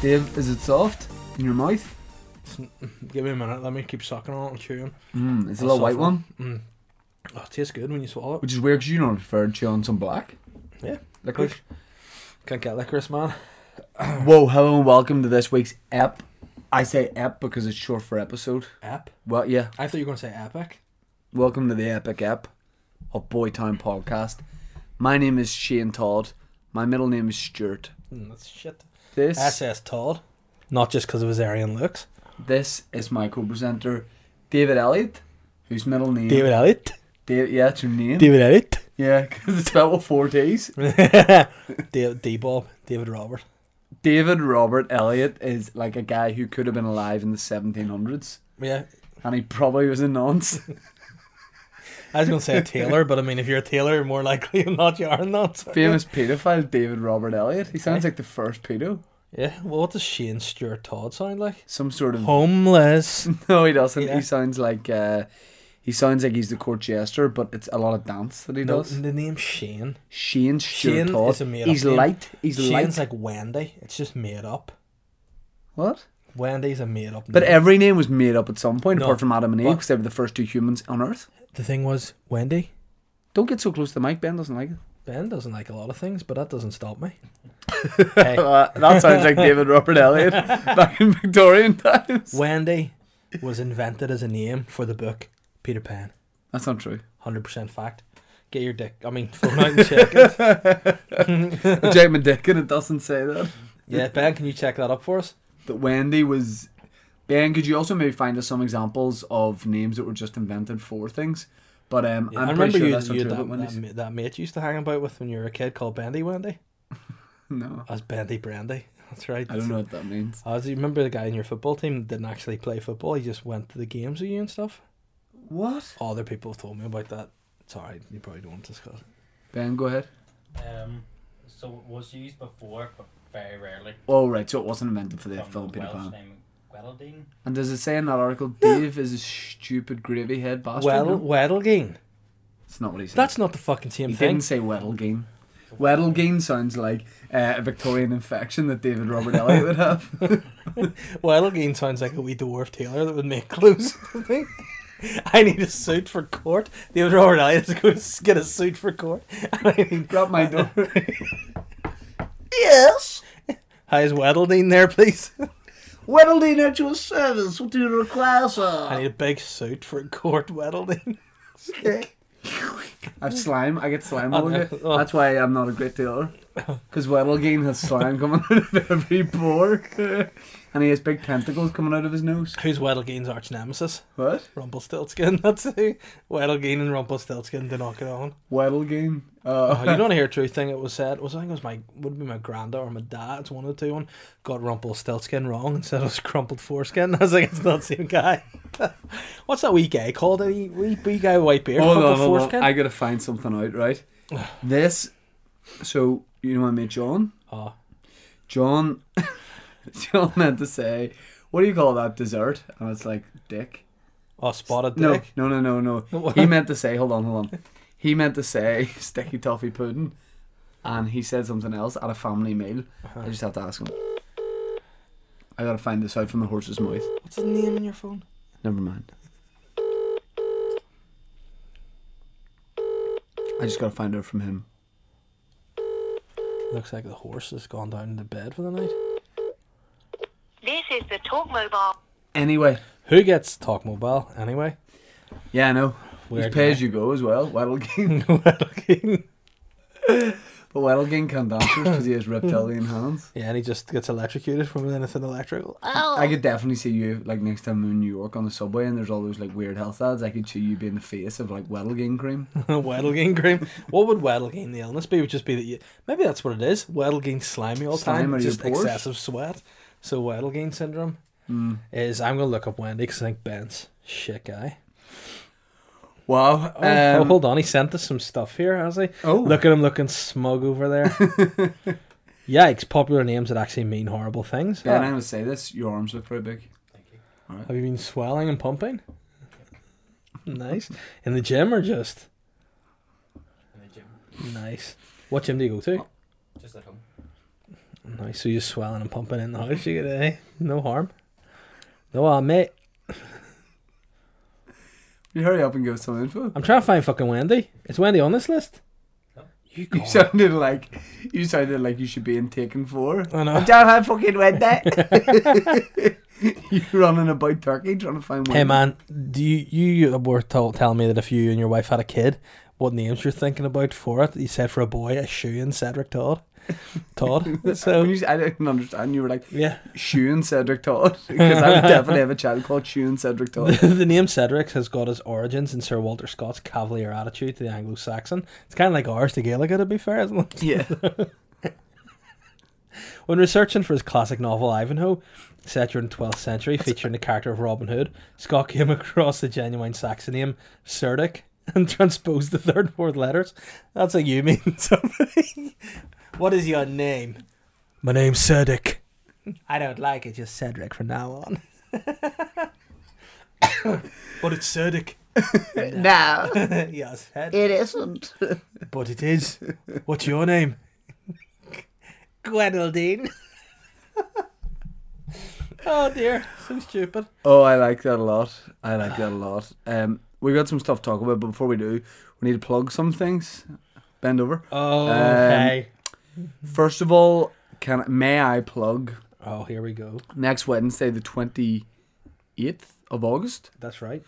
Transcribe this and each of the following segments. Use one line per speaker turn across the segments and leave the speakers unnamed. Dave, is it soft in your mouth?
Give me a minute. Let me keep sucking on it and chewing.
Mm, it's a
That's
little white
soft
one,
Mm. Oh, it tastes good when you swallow it.
which is weird because you know I prefer chewing some black.
Yeah.
Licorice.
Can't get licorice, man.
Whoa, hello and welcome to this week's ep. I say ep because it's short for episode.
Ep.
Well, yeah.
I thought you were going to say epic.
Welcome to the epic ep of Boytown Podcast. My name is Shane Todd. My middle name is Stuart.
Mm, that's shit.
This
SS Todd. Not just because of his Aryan looks.
this is my co-presenter David Elliott, whose middle name
David Elliott.
Dave, Mm. yeah, it's your name.
David Elliott.
Yeah, because it's spelled with four T's.
D, D Bob. David Robert.
David Robert Elliot is like a guy who could have been alive in the 1700s,
Yeah.
and he probably was a nonce.
I was going to say a tailor, but I mean, if you're a tailor, you're more likely than not you are not.
Famous paedophile David Robert Elliot. He sounds like the first pedo.
Yeah. Well, what does Shane Stewart Todd sound like?
Some sort of
Homeless.
no, he doesn't.
Yeah.
He sounds like uh, he sounds like he's the court jester, but it's a lot of dance that he
No,
does.
the name Shane.
Shane Stewart
Shane
Todd.
is a made-up
He's
name.
light. He's
Shane's
light.
like Wendy. It's just made up.
What?
Wendy's a made up name.
But every name was made up at some point,
No,
apart from Adam and Eve,
but-
because they were the first two humans on Earth.
the thing was, Wendy,
Don't get so close to the mic. Ben doesn't like it.
Ben doesn't like a lot of things, but that doesn't stop me. hey,
Uh, that sounds like David Robert Elliot back in Victorian times.
Wendy was invented as a name for the book Peter Pan.
That's not true.
100% fact. Get your dick. I mean, phone out and check it.
Jake McDickin, it doesn't say that.
Yeah, Ben, can you check that up for us?
That Wendy was. Ben, could you also maybe find us some examples of names that were just invented for things? But um,
Yeah,
I'm
I
pretty
remember
sure
you,
that's not
you
true.
that,
about
that,
Wendy's.
ma- that mate you used to hang about with when you were a kid called Bendy Wendy.
No,
That's Bendy Brandy. That's right.
I don't know what that means.
Oh, do you remember the guy in your football team that didn't actually play football? He just went to the games with you and stuff?
What?
Other people have told me about that. It's alright, you probably don't want to discuss it.
Ben, go ahead.
Um, so it was used before, but very rarely.
Oh right, so it wasn't invented for the
From
film Peter Pan.
Welsh name Gweldine.
And does it say in that article, Dave is a stupid gravy head bastard?
Well,
No?
Weddlegain.
it's not what he said.
That's not the fucking same
He
thing.
didn't say Weddlegain. Weddlegain sounds like uh, a Victorian infection that David Robert Elliot would have.
Weddlegain sounds like a wee dwarf tailor that would make clothes. I think. I need a suit for court. David Robert Elliott is going to get a suit for court. I need-
Drop my door.
yes! Hi, is Weddlegain there, please?
Weddlegain at your service. What do you require,
I
sir?
need a big suit for court, Weddlegain.
I've slime. I get slime all
Oh, no.
over. it. That's why I'm not a great dealer. Because Weddlegain has slime coming out of every pore. and he has big tentacles coming out of his nose.
Who's Weddlegain's arch nemesis?
What?
Rumpelstiltskin, that's who. Weddlegain and Rumpelstiltskin did not get on.
Weddlegain.
Oh,
Uh,
you don't want to hear a true thing. It was said. It was I think it was my would be my granddad or my dad. It's one of the two. One got Rumpelstiltskin wrong and said it was crumpled foreskin. I was like, it's not the same guy. What's that wee guy called? Any wee wee guy with white beard?
Hold
crumpled
on, hold on.
foreskin.
I gotta find something out, right? this. So you know my mate John.
Oh.
John. John meant to say, "What do you call that dessert?" And it's like dick.
oh, spotted
No,
dick.
no, no, no, no.
What?
he meant to say, "Hold on, hold on." He meant to say sticky toffee pudding, and he said something else at a family meal. I just have to ask him. I gotta find this out from the horse's mouth.
What's his name in your phone?
Never mind. I just gotta find out from him.
Looks like the horse has gone down to bed for the night.
This is the Talk Mobile.
Anyway,
Who gets Talk Mobile anyway?
yeah, I know.
Weird
He's pay
guy.
as you go as well. Weddlegain,
Weddlegain.
but Weddlegain can't dance because he has reptilian hands.
Yeah, and he just gets electrocuted from anything electrical.
I could definitely see you like next time I'm in New York on the subway and there's all those like weird health ads. I could see you being the face of like Weddlegain cream.
Weddlegain cream. What would Weddlegain the illness be? Would just be that you maybe that's what it is. Weddlegain slimy all the
Slime
time,
out of your
just
pores?
excessive sweat. So Weddlegain syndrome
Mm.
is. I'm gonna look up Wendy because I think Ben's shit guy.
Wow.
Oh, oh, hold on, he sent us some stuff here, has he?
Oh.
look at him looking smug over there. Yikes! Popular names that actually mean horrible things.
Ben, I'm gonna say this. Your arms look pretty big.
Have you been swelling and pumping? Nice in the gym or just
In the gym.
nice. What gym do you go to?
Just at home.
Nice. So you're swelling and pumping in the house. You get eh? No harm. No, uh, mate.
You hurry up and give us some info.
I'm trying to find fucking Wendy. Is Wendy on this list? You
You sounded like you sounded like you should be in Taken Four.
I know.
I don't have fucking read that. you running about Turkey trying to find.
Hey
women.
man, do you you were told telling me that if you and your wife had a kid, what names you're thinking about for it? You said for a boy, a shoe and Cedric Todd. Todd.
When
So
you s- I didn't understand. You were like
yeah,
Shun Cedric Todd because I would definitely have a child called Shun Cedric Todd.
the, the name Cedric has got its origins in Sir Walter Scott's cavalier attitude to the Anglo-Saxon. It's kind of like ours to Gaelic, to be fair, isn't it?
yeah,
When researching for his classic novel Ivanhoe, set during the 12th century, featuring the character of Robin Hood, Scott came across the genuine Saxon name Cerdic and transposed the third fourth letters. That's like you mean something. what is your name? My name's Cerdic. I don't like it, just Cedric from now on. but it's Cerdic.
now
yes, Cedric.
it isn't.
But it is. What's your name? Gwendoline. oh dear, so stupid.
Oh, I like that a lot. I like that a lot. Um, we got some stuff to talk about, but before we do, we need to plug some things. Bend over.
Oh,
okay. First of all, can may I plug
oh, here we go.
next Wednesday, the twenty eighth of August,
That's right.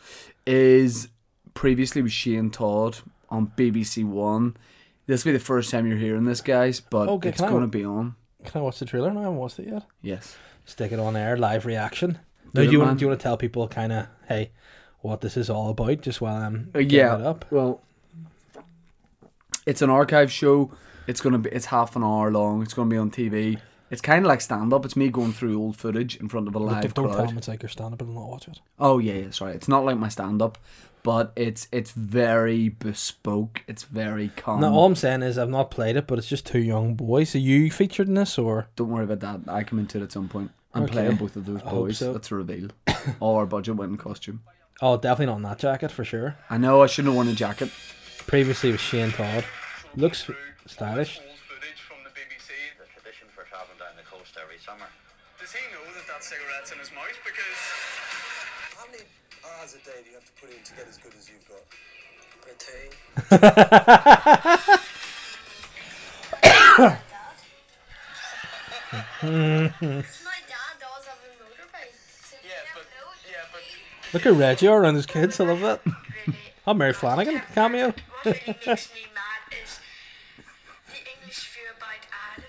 is previously with Shane Todd on BBC One. This will be the first time you're hearing this, guys, but
Okay,
it's
can I-
going to be on.
Can I watch the trailer? No, I haven't watched it yet.
Yes.
Stick it on air, live reaction.
Do
No,
it,
do you
man.
want? Do you want to tell people kind of hey, what this is all about? Just while I'm
Uh,
getting
yeah.
it up.
Well, it's an archive show. It's gonna be. It's half an hour long. It's gonna be on TV. It's kind of like stand up. It's me going through old footage in front of a
Look,
live
don't tell
crowd.
them it's like you're standing up and not watch it.
Oh yeah, yeah. Sorry, it's not like my stand up, but it's it's very bespoke. It's very calm.
no, all I'm saying is I've not played it, but it's just two young boys. Are you featured in this or?
Don't worry about that. I come into it at some point. I'm
Okay.
playing both of those
I hope
boys.
so.
That's a reveal. All our budget went in costume.
Oh, definitely not in that jacket for sure.
I know I shouldn't have worn a jacket.
Previously with Shane Todd. Looks stylish.
Old footage from the BBC.
the tradition for traveling down the coast every summer.
Does he know that that cigarette's in his mouth? Because
How many hours a day do you have to put in to get as good as you've got? A day.
My dad does have a motorbike. So you
Yeah,
never
but-
know what
yeah, but-
Look at Reggie around his kids. I love that. Oh, Mary Flanagan cameo.
What really makes me mad is the English fear about Ireland.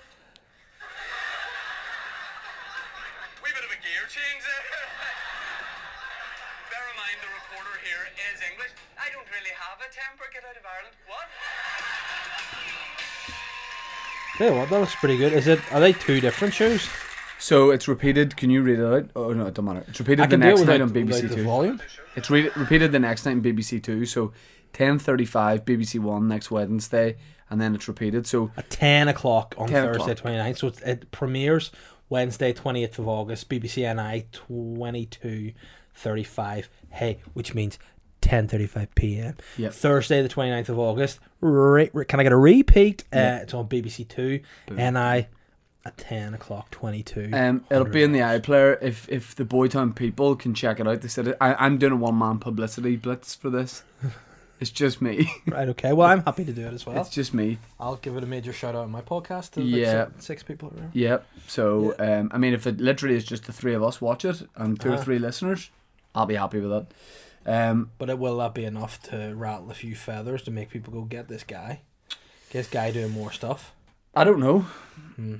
wee bit of a gear change there. Bear in mind the reporter here is English. I don't really have a temper. Get out of Ireland. What?
Tell you what, that looks pretty good. Is it? Are they two different shows?
So it's repeated. Can you read it out? Oh no, it don't matter. It's repeated
I
the
can do it
next
without,
night on BBC
without the
Two.
volume.
It's re- repeated the next night in BBC Two, so ten thirty five BBC One next Wednesday, and then it's repeated. So
At ten o'clock on
10
Thursday,
o'clock.
29th. So it's, it premieres Wednesday, twenty eighth of August. BBC NI twenty two thirty five. Hey, which means. 10:35 p.m.
Yep.
Thursday the 29th of August. Re- re- can I get a repeat? Uh, it's on BBC Two, NI at 10 o'clock 22.
um, it'll be in the iPlayer if if the Boytown people can check it out. They said it. I, I'm doing a one man publicity blitz for this. It's just me.
Right. Okay. Well, I'm happy to do it as well.
it's just me.
I'll give it a major shout out in my podcast. To
Yeah.
Like six, six people. Around.
Yep. So um, I mean, if it literally is just the three of us watch it and 2 or
Uh-huh.
three listeners, I'll be happy with that. Um,
But it will that be enough to rattle a few feathers to make people go get this guy? Get this guy doing more stuff.
I don't know.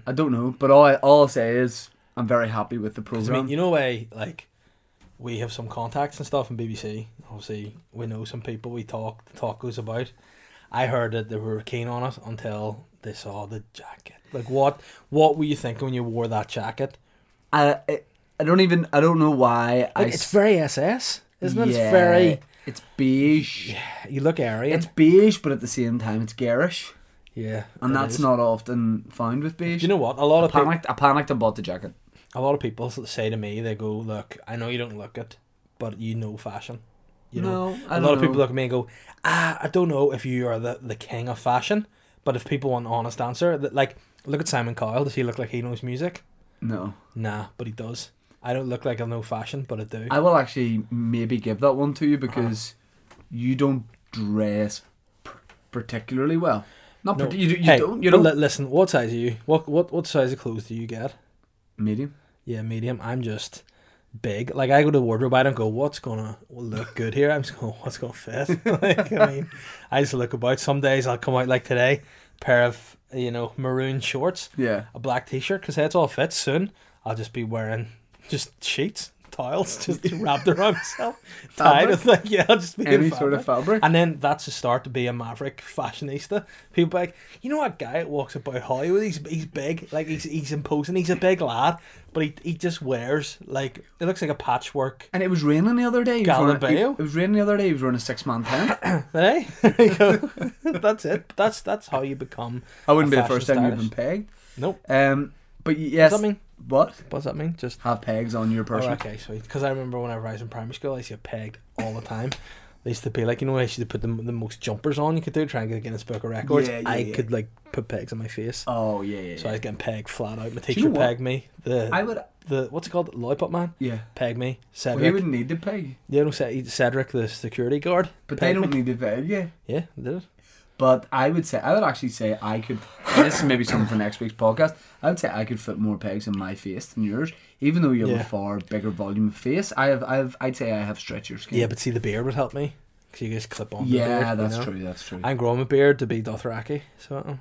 I don't know. But all I, all I'll say is I'm very happy with the
'Cause,
program.
I mean, you know, way like we have some contacts and stuff in BBC. Obviously, we know some people. We talk. The talk goes about. I heard that they were keen on it until they saw the jacket. Like, what? What were you thinking when you wore that jacket?
I, I I don't even I don't know why. I
Like, it's
s-
very SS, isn't
Yeah,
it? It's eh? very.
It's beige.
You look Aryan.
It's beige, but at the same time, it's garish,
yeah,
and
it
that's
is.
not often found with beige.
Do you know what? A lot
I
of people.
panicked. I panicked and bought the jacket.
a lot of people s- say to me, they go, "Look, I know you don't look it, but you know fashion." You know,
No,
a
I
lot
don't
of people
know.
look at me and go, "Ah, I don't know if you are the the king of fashion, but if people want an honest answer, that like Look at Simon Cowell. Does he look like he knows music?
No.
Nah, but he does. I don't look like I know fashion, but I do.
I will actually maybe give that one to you
Uh-huh.
because you don't dress p- particularly well. Not
No.
parti- you, you
Hey,
don't. You
but
don't.
li- listen, what size are you? What what what size of clothes do you get?
Medium.
Yeah, medium. I'm just big. Like I go to the wardrobe, I don't go, what's gonna look good here? I'm just going, what's gonna fit? like, I mean, I just look about. Some days I'll come out like today, pair of you know maroon shorts,
Yeah.
a black t-shirt, because that's all fits soon. I'll just be wearing just sheets, towels, just wrapped around myself, tied with like yeah, I'll just be in
Any sort of fabric.
and then that's the start to be a maverick fashionista. People be like, you know that guy that walks about Hollywood? He's he's big, like he's he's imposing. He's a big lad, but he he just wears like it looks like a patchwork.
And it was raining the other day. He was wearing-
Galileo?
It, it was raining the other day. He was wearing a six man tent.
Hey, there you go. that's it. That's that's how you become.
I wouldn't
a
be the first
fashion
time you've been
stylist.
pegged.
Nope.
Um, but y- yes.
Does that mean-
What?
What does that mean? Just
Have pegs on your
oh,
person.
okay, sweet. Because I remember whenever I was in primary school, I used to get pegged all the time. They used to be like, you know, I used to put the, the most jumpers on you could do, try and get a Guinness Book of Records.
Yeah, yeah,
I
yeah.
could like put pegs on my face.
Oh yeah. yeah,
So I
yeah.
was getting pegged flat out. My
you
teacher
know what?
pegged me. The
I would.
the what's it called? Lollipop man.
Yeah.
Pegged me.
Well,
Cedric.
he wouldn't need to peg,
you know Ced- Cedric, the security guard.
but they
pegged
don't
me.
need to peg. Yeah.
Yeah, they did it.
But I would say I would actually say I could. and this is maybe something for next week's podcast. I would say I could fit more pegs in my face than yours, even though you have
Yeah.
a far bigger volume of face. I have. I have. I'd say I have stretchier skin.
Yeah, but see, the beard would help me because you just clip on. the
Yeah,
beard, you
that's
know?
true. That's true.
I'm growing a beard to be Dothraki. So um,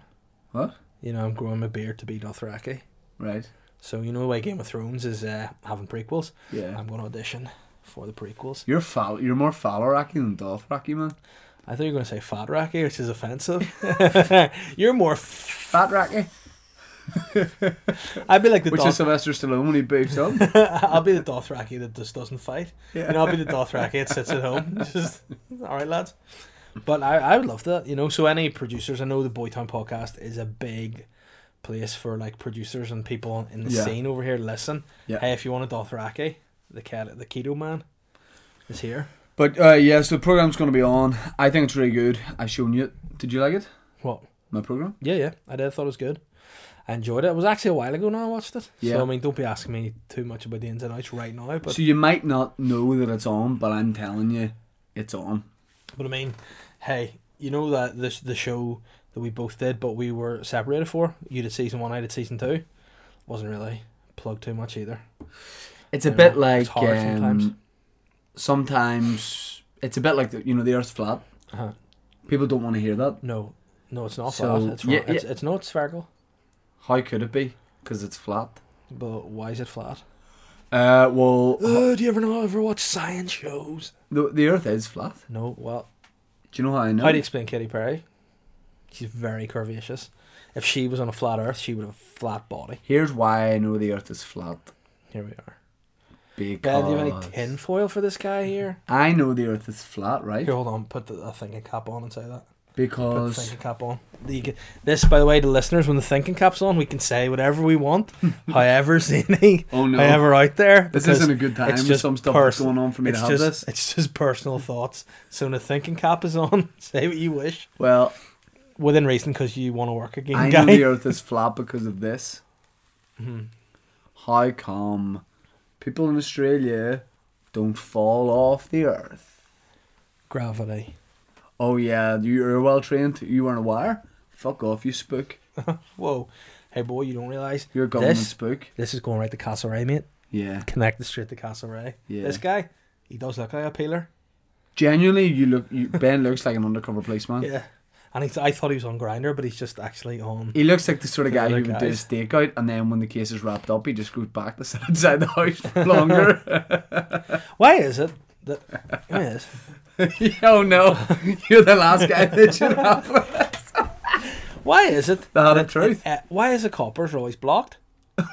what?
you know, I'm growing a beard to be Dothraki.
Right.
So you know the way Game of Thrones is uh, having prequels.
Yeah.
I'm going to audition for the prequels.
You're fal- You're more Faloraki than Dothraki, man.
I thought you were going to say fat Fatraki, which is offensive. You're more. F-
Fatraki,
I'd be like the
which
Doth-
is Sylvester Stallone when he boobs up.
I'll be the Dothraki that just doesn't fight. You know, I'll be the Dothraki that sits at home. Just all right, lads. But I, I would love that. You know, so any producers, I know the Boytown podcast is a big place for like producers and people in the
Yeah.
scene over here. to Listen,
Yeah.
hey, if you want a Dothraki, the cat, the keto man is here.
But uh, yeah, so the program's going to be on. I think it's really good. I shown you. it. Did you like it?
What?
My program?
Yeah, yeah, I did. I thought it was good. I enjoyed it. It was actually a while ago now I watched it.
Yeah.
So I mean, don't be asking me too much about the ins and outs right now. But
so you might not know that it's on, but I'm telling you, it's on.
But I mean, hey, you know that this the show that we both did, but we were separated for. You did season one, I did season two. Wasn't really plugged too much either.
It's a
You know,
bit like
it's
um,
hard sometimes.
sometimes. it's a bit like the, you know the Earth's flat.
Uh-huh.
People don't want to hear that.
No, no, it's not
So,
flat. It's, wrong.
yeah,
it's
yeah.
it's not spherical.
How could it be? Because it's flat.
But why is it flat?
Uh, well,
Oh, do you ever know ever watch science shows?
the, the Earth is flat.
No, well,
Do you know how I know?
how do you explain Katy Perry? She's very curvaceous. If she was on a flat Earth, she would have a flat body.
Here's why I know the Earth is flat.
Here we are.
Because
Ben, do you have any tinfoil for this guy here?
I know the Earth is flat, right?
Here, hold on. Put the, the thinking cap on and say that. Put the
Because
thinking cap on. You can- this, by the way, to listeners, when the thinking cap's on, we can say whatever we want, however zany,
Oh, no.
however out there.
This
because
isn't a good time
it's
with
just
some stuff that's
person-
going on for me to
it's
have
just,
this.
It's just personal thoughts. So when the thinking cap is on, say what you wish
well,
within reason, because you want to work again,
I
guy.
know the Earth is flat because of this. How come people in Australia don't fall off the Earth?
Gravity.
Oh yeah, you're well trained. You weren't a wire. Fuck off, you spook.
Whoa, hey boy, you don't realize
You're a government
this.
spook.
This is going right to Castlereagh, mate.
Yeah.
Connected straight to Castlereagh.
Yeah.
This guy, he does look like a peeler.
Genuinely, you look. You, ben looks like an undercover policeman.
Yeah, and he's, I thought he was on Grinder, but he's just actually on.
He looks like the sort of
The
guy
other
who would do a
guys.
stakeout, and then when the case is wrapped up, he just goes back to sit inside the house for longer.
Why is it that? Why is
oh no, you're the last guy that should have.
why is it
The hard
that-
truth.
uh, why is the coppers are always blocked?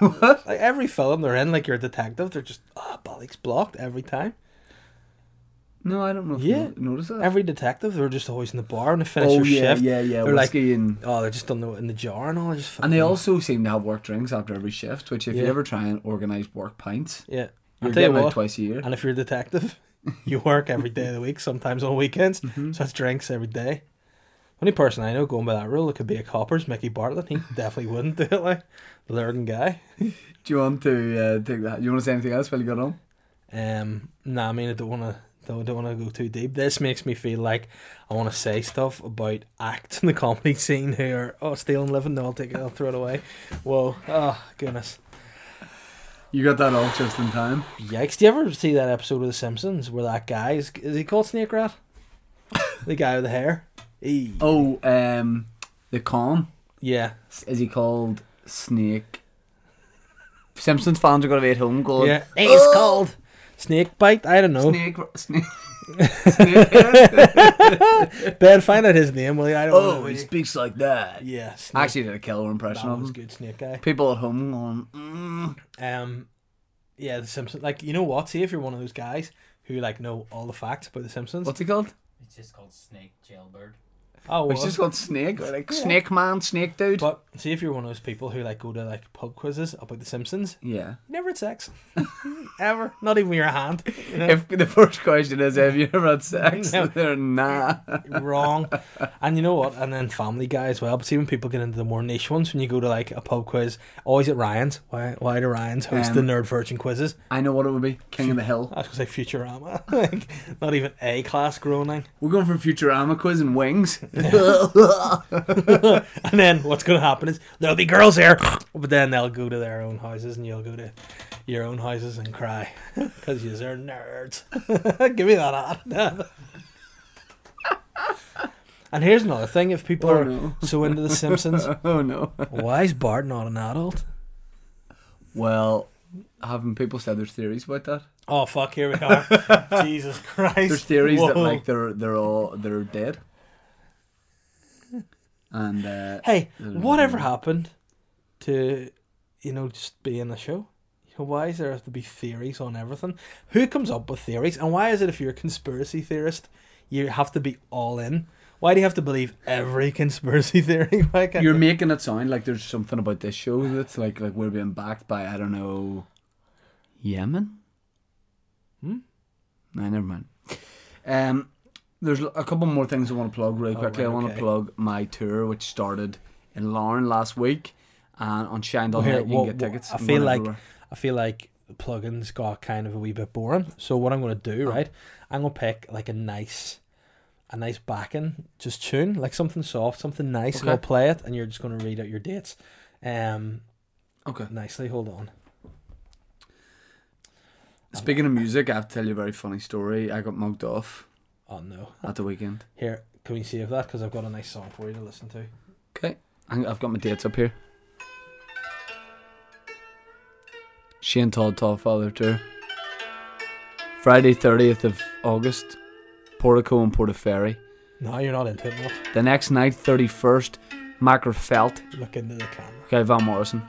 Like every film they're in, like you're a detective, they're just ah bollocks blocked every time.
No, I don't know. If
Yeah.
yeah, you notice that.
Every detective, they're just always in the bar and they finish
Oh,
their
yeah,
shift.
yeah, yeah,
They're like,
whiskey and-
oh, they're just on the, in the jar and all. they're Just
and they
fucking-
also seem to have work drinks after every shift, which if you
Yeah.
ever try and organise work pints,
yeah.
you're
I'll tell you
getting out
what,
twice a year.
and if you're a
Mm-hmm.
detective, you work every day of the week, sometimes on weekends. So that's drinks every day. Only person I know going by that rule that could be a copper's Mickey Bartlett. He definitely wouldn't do it like the Lurgan guy.
Do you want to uh, take that? Do you want to say anything else while you got on?
Um, nah, I mean, I don't want to. Don't, don't want to go too deep. This makes me feel like I want to say stuff about acts in the comedy scene who are oh stealing living. No, I'll take it. I'll throw it away. Whoa! Oh goodness!
You got that off just in time.
Yikes! Do you ever see that episode of The Simpsons where that guy is is he called Snake Rat? the guy with the hair. E.
Oh, um, the con
Yeah,
is he called Snake? Simpsons fans are gonna be at home going.
yeah. Oh. He's
Oh!
called Snake Bite. I don't know.
Snake, snake, snake.
Ben, find out his name, will you? I don't
oh,
know.
he speaks like that.
yeah. Snake.
I actually um, did a killer impression
that
of
was
him.
good. Snake guy.
People at home going, mm.
Um, yeah, The Simpsons. Like, you know what? See if you're one of those guys who like know all the facts about The Simpsons.
what's he called?
It's just called Snake Jailbird.
Oh,
It's
well.
just called Snake, or like Snake Man, Snake Dude.
But see if you're one of those people who like go to like pub quizzes about The Simpsons.
yeah.
You never had sex, ever. Not even your hand. You know?
If the first question is, have you ever had sex?
No.
They're nah.
Wrong. And you know what? And then Family Guy as well. But see when people get into the more niche ones, when you go to like a pub quiz, always at Ryan's. Why? Why do Ryan's host the
Um,
Nerd Virgin quizzes?
I know what it would be. King of the Hill.
I was gonna say Futurama. like, not even A class groaning.
We're going for Futurama quiz and wings. Oh,
and then what's going to happen is there'll be girls here, but then they'll go to their own houses, and you'll go to your own houses and cry because you are nerds. Give me that ad. and here's another thing: if people
Oh,
are
no.
so into The Simpsons,
oh no.
why is Bart not an adult?
Well, haven't people said there's theories about that?
Oh fuck! Here we are. Jesus Christ!
There's theories that
Whoa.
like they're they're all they're dead. And uh,
Hey, whatever happened to you know just being a show? You know, why is there have to be theories on everything? Who comes up with theories, and why is it if you're a conspiracy theorist, you have to be all in? Why do you have to believe every conspiracy theory? Why can't
you're
you-
making it sound like there's something about this show that's like like we're being backed by I don't know Yemen. Hmm. No, never mind. Um, there's a couple more things I want to plug really quickly.
Oh, right,
I want
okay.
to plug my tour, which started in Lauren last week, and on Shine Dot
Here,
Net you
what-
can
what-
get tickets.
I
and
feel
run
like
everywhere.
I feel like the plugins got kind of a wee bit boring. So what I'm gonna
Oh.
do, right? I'm gonna pick like a nice a nice backing just tune, like something soft, something nice, and
Okay.
I'll play it and you're just gonna read out your dates. Um
okay.
nicely, hold on.
Speaking of music, I have to tell you a very funny story. I got mugged off
Oh no.
at the weekend.
Here, can we save that? Because I've got a nice song for you to listen to.
Okay. I've got my dates up here. Shane Todd Todd Father Tour. Friday 30th of August, Portico and Portaferry.
No, you're not into it enough.
The next night, 31st, Macrofelt.
Look into the camera.
Okay, Van Morrison.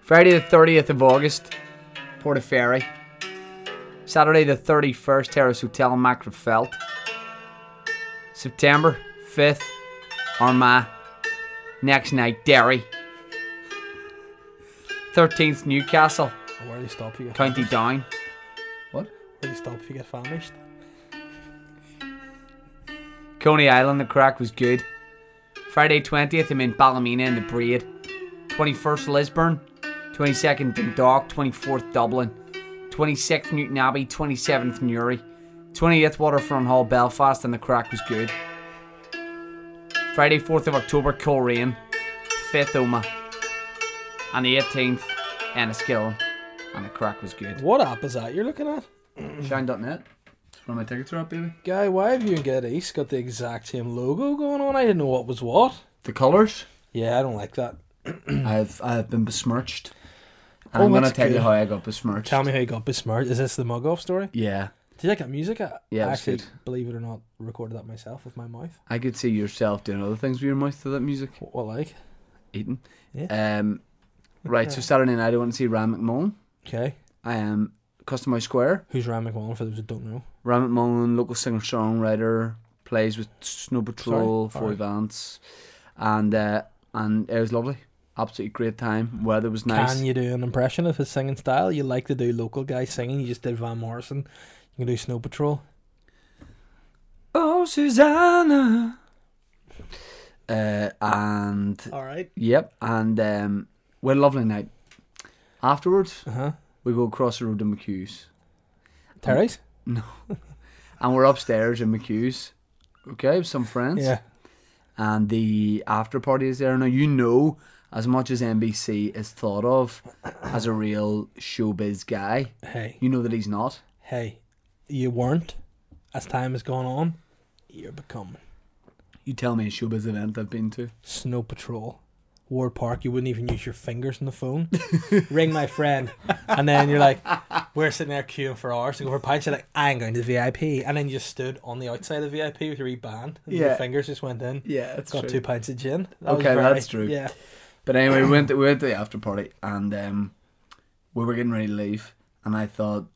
Friday the 30th of August, Portaferry. Saturday the 31st, Terrace Hotel, Macrofelt. September 5th, Armagh. Next night, Derry. 13th, Newcastle,
Where do you stop if you get
County Down. What?
Where do you stop if you get famished?
Coney Island, the crack was good. Friday 20th, I'm in Ballymena in the Braid. 21st, Lisburn. 22nd, Dundalk. 24th, Dublin. 26th, Newton Abbey. 27th, Newry. 20th, Waterfront Hall, Belfast, and the crack was good. Friday 4th of October, Coleraine. 5th, Oma. And the 18th, Enniskillen. And the crack was good.
What app is that you're looking at?
Mm. Shine.net. One of my tickets are up, baby.
Guy, why have you and Get East got the exact same logo going on? I didn't know what was what.
The colours?
Yeah, I don't like that.
I've I've been besmirched. And
Oh,
I'm gonna
that's
tell you
good.
how I got besmirched.
Tell me how you got besmirched. Is this the mug off story?
Yeah,
Did you like that music? I
Yeah, it
I
was
actually,
good.
believe it or not, recorded that myself with my mouth.
I could see yourself doing other things with your mouth to that music.
What, what like?
Eating. Um, right. So Saturday night I went to see Ram McMullen.
Okay.
I am Customer Square.
Who's Ryan McMullen for those who don't know?
Ram McMullen, local singer songwriter, plays with Snow Patrol,
Sorry?
Foy
Alright.
Vance, and uh, and it was lovely. Absolutely great time. Weather was nice.
Can you do an impression of his singing style? You like to do local guy singing. You just did Van Morrison. You can do Snow Patrol.
Oh Susanna, Uh, and
All right.
yep, and um, we had a lovely night. Afterwards,
Uh huh.
we go across the road to McHugh's,
Terry's.
and we're upstairs in McHugh's. Okay, with some friends.
Yeah.
and the after party is there. Now you know as much as NBC is thought of as a real showbiz guy,
Hey.
you know that he's not.
Hey. You weren't. As time has gone on, you're becoming
You tell me a showbiz event I've been to.
Snow Patrol. Ward Park, you wouldn't even use your fingers on the phone. Ring my friend, and then you're like, we're sitting there queuing for hours to go for pints. You're like, I ain't going to the VIP, and then you just stood on the outside of the VIP with your wee band, and
Yeah.
your fingers just went in.
Yeah, that's
got two pints of gin. That was
Okay,
very-
that's true.
Yeah,
But anyway, we went to, we went to the after party and um, we were getting ready to leave, and I thought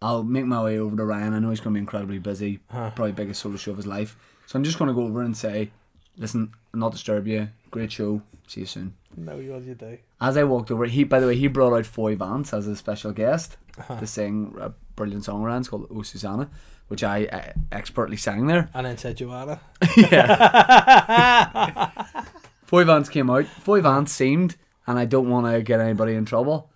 I'll make my way over to Ryan. I know he's going to be incredibly busy, probably biggest solo show of his life. So I'm just going to go over and say, listen, not disturb you. Great show. See you soon.
no, you what you do.
As I walked over, he by the way he brought out Foy Vance as a special guest to sing a brilliant song around it's called "Oh Susanna," which I uh, expertly sang there.
And then said Joanna.
Foy Vance came out. Foy Vance seemed, and I don't want to get anybody in trouble.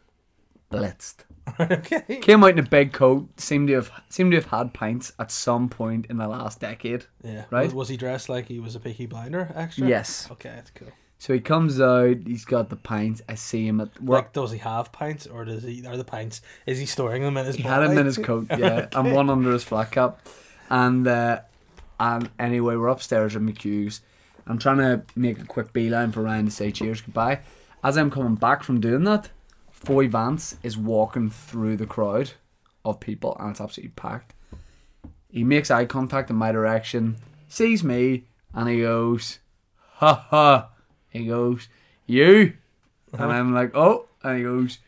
Blitzed.
okay.
Came out in a big coat. Seemed to have seemed to have had pints at some point in the last decade.
Yeah.
Right?
Was, was he dressed like he was a Peaky Blinder extra?
Yes.
Okay, that's cool.
So he comes out. He's got the pints. I see him at work.
Like, does he have pints or does he are the pints? Is he storing them in his?
He had him
body?
in his coat, yeah, and one under his flat cap. And uh, and anyway, we're upstairs at McHugh's. I'm trying to make a quick beeline for Ryan to say cheers, goodbye. As I'm coming back from doing that, Foy Vance is walking through the crowd of people, and it's absolutely packed. He makes eye contact in my direction, sees me, and he goes, "Ha ha!" He goes, "You," and I'm like, "Oh," and he goes,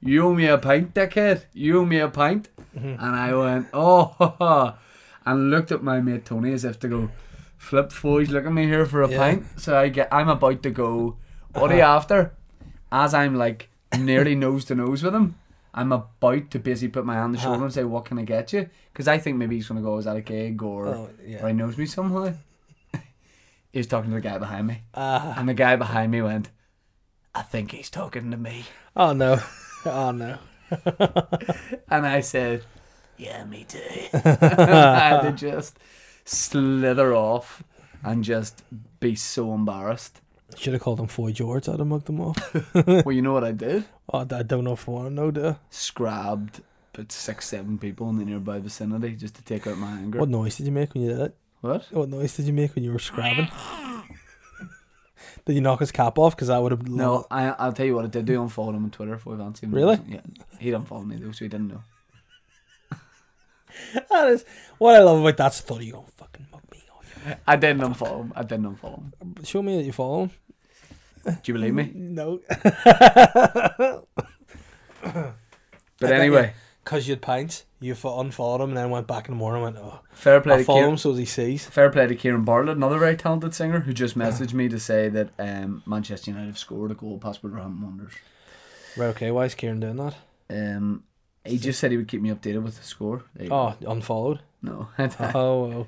you owe me a pint, dickhead. You owe me a pint. And I went, oh, ha, ha," and looked at my mate Tony as if to go, flip foys, look at me here for a
Yeah.
pint. So I get, I'm about to go, what are you after? As I'm like nearly nose to nose with him, I'm about to basically put my hand on the shoulder
Uh-huh.
and say, what can I get you? Because I think maybe he's going to go, is that a gig or,
Oh, yeah.
or he knows me somehow. he was talking to the guy behind me.
Ah.
and the guy behind me went, I think he's talking to me.
Oh no! Oh no!
And I said, Yeah, me too. I had to just slither off and just be so embarrassed.
Should have called him Foy George. I'd have mugged him off.
Well, you know what I did?
Oh, I don't know if I want to know. Do I?
Scrabbed about six, seven people in the nearby vicinity just to take out my anger.
what noise did you make when you did it?
What?
What noise did you make when you were scrabbing? did you knock his cap off? Because I would have.
No, I, I'll tell you what I did do. Unfollow him on Twitter if I fancy him.
Really?
Yeah. He didn't follow me though, so he didn't know.
That is what I love about that story. You don't fucking mug me off.
I didn't unfollow him. I didn't unfollow him.
Show me that you follow him.
Do you believe me?
No.
But anyway,
Because you had pints, you fo- unfollowed him and then went back in the morning and went, oh,
fair play
I
to
follow
Kieran.
him so as he sees.
Fair play to Kieran Bartlett, another very talented singer, who just messaged me to say that um, Manchester United have scored a goal past Wolverhampton Wanderers.
Right, okay, why is Kieran doing that?
Um, he just said he would keep me updated with the score. There you
Oh, unfollowed.
go.
Oh,
no.
oh.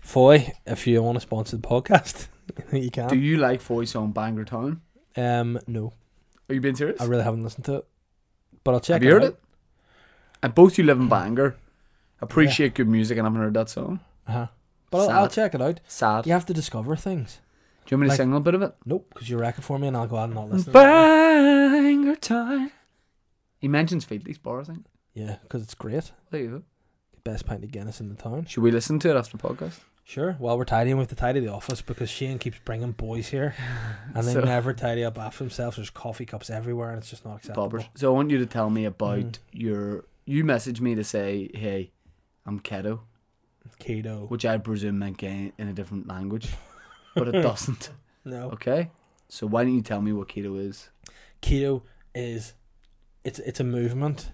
Foy, if you want to sponsor the podcast, you can.
Do you like Foy's on Bangor Town?
um, no,
Are you being serious?
I really haven't listened to it, but I'll check.
have you heard
out.
it? And both you live in Bangor, appreciate good music, and I haven't heard that song.
Uh-huh. But I'll, I'll
Sad.
check it out.
Sad.
You have to discover things.
Do you want me to
Like-
sing a little bit of it?
Nope, because you wreck it for me, and I'll go out and not listen.
Bangor Town. He mentions Feedley's Bar, I think.
yeah, because it's great.
There you go.
Best pint of Guinness in the town.
Should we listen to it after the podcast?
Sure. While we're tidying, we have to tidy the office because Shane keeps bringing boys here, and they
So-
never tidy up after themselves. There's coffee cups everywhere, and it's just not acceptable.
Bobbers. So I want you to tell me about
Mm.
your. You messaged me to say, "Hey, I'm keto,"
Keto.
which I presume meant gay in a different language, but it doesn't.
No.
Okay. So why don't you tell me what keto is?
keto is it's it's a movement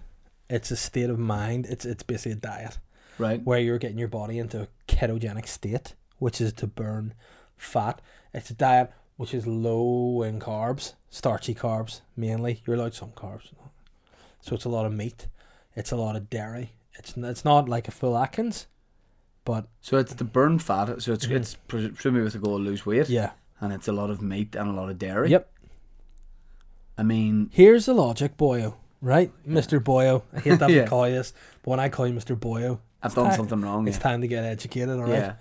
it's a state of mind it's it's basically a diet
Right.
where you're getting your body into a ketogenic state which is to burn fat it's a diet which is low in carbs starchy carbs mainly you're allowed some carbs so it's a lot of meat it's a lot of dairy it's n- it's not like a full atkins But
So it's to burn fat. So it's it's pres- presumably with the goal to lose weight.
Mm. yeah.
And it's a lot of meat and a lot of dairy.
Yep.
I mean,
Here's the logic, Boyo. Right, Mr. Boyo. I hate that
Yeah.
we call you this, but when I call you Mr. Boyo,
I've done
ti-
something wrong.
it's
yeah.
time to get educated. All right.
Yeah.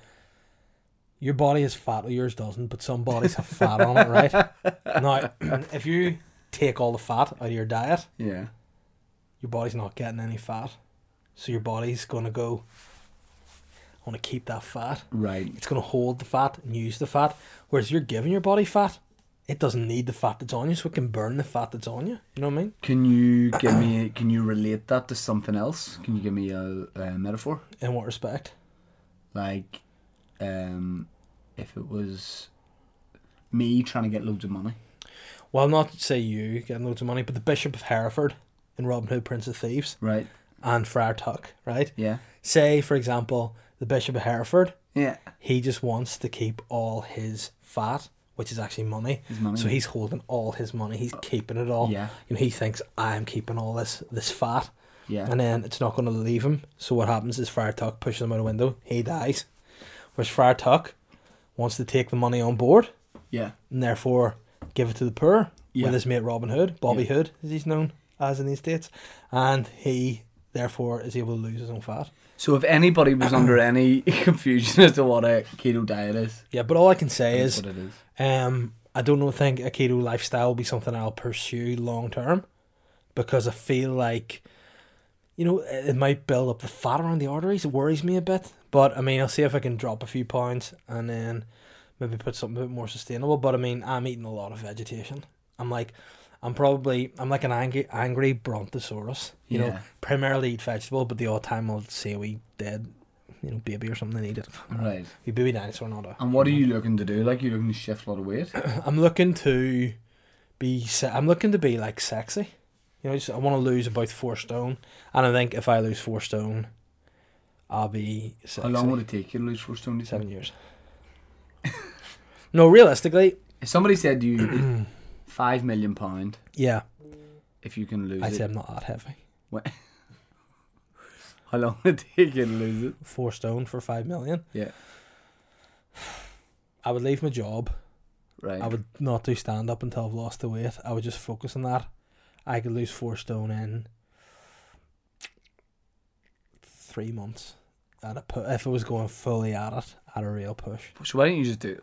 Your body is fat, or yours doesn't, but some bodies have fat on it, right? Now, if you take all the fat out of your diet,
Yeah.
your body's not getting any fat. So your body's going to go, I want to keep that fat.
Right.
It's going to hold the fat and use the fat. Whereas you're giving your body fat, it doesn't need the fat that's on you, so it can burn the fat that's on you. You know what I mean?
Can you give me? Can you relate that to something else? Can you give me a, a metaphor?
In what respect?
Like, um, if it was me trying to get loads of money.
Well, not say you getting loads of money, but the Bishop of Hereford in Robin Hood, Prince of Thieves,
Right.
and Friar Tuck, right?
Yeah.
Say, for example, the Bishop of Hereford,
Yeah.
he just wants to keep all his fat, which is actually money.
money.
So he's holding all his money. He's keeping it all.
yeah.
You know, he thinks I'm keeping all this this fat.
Yeah.
And then it's not going to leave him. So what happens is Friar Tuck pushes him out a window. He dies. Whereas Friar Tuck wants to take the money on board
Yeah.
and therefore give it to the poor
Yeah.
with his mate Robin Hood, Bobby
Yeah.
Hood, as he's known as in these states. And he therefore is able to lose his own fat.
So if anybody was under any confusion as to what a keto diet is,
Yeah, but all I can say
that's
is
what it is.
Um, I don't know. Think a keto lifestyle will be something I'll pursue long term, because I feel like, you know, it it might build up the fat around the arteries. It worries me a bit, but I mean, I'll see if I can drop a few pounds and then maybe put something a bit more sustainable. But I mean, I'm eating a lot of vegetation. I'm like, I'm probably I'm like an angry angry brontosaurus. You know,
Yeah.
primarily eat vegetable, but the odd time I'll see a wee dead, you know, baby or something and eat it.
Right.
Wee baby dinosaur, not a.
And what are you looking to do? Like, you're looking to shift a lot of weight?
I'm looking to be. Se- I'm looking to be like sexy. You know, just, I want to lose about four stone, and I think if I lose four stone, I'll be sexy.
How long would it take you to lose four stone? do you think?
Seven years. no, realistically,
If somebody said to you, five million pound,
yeah.
if you can lose
I
it,
say I'm not that heavy.
wh- how long would it take you to lose it?
Four stone for five million.
Yeah.
I would leave my job.
Right.
I would not do stand up until I've lost the weight. I would just focus on that. I could lose four stone in three months. At a pu- if I was going fully at it, at a real push.
so why don't you just do?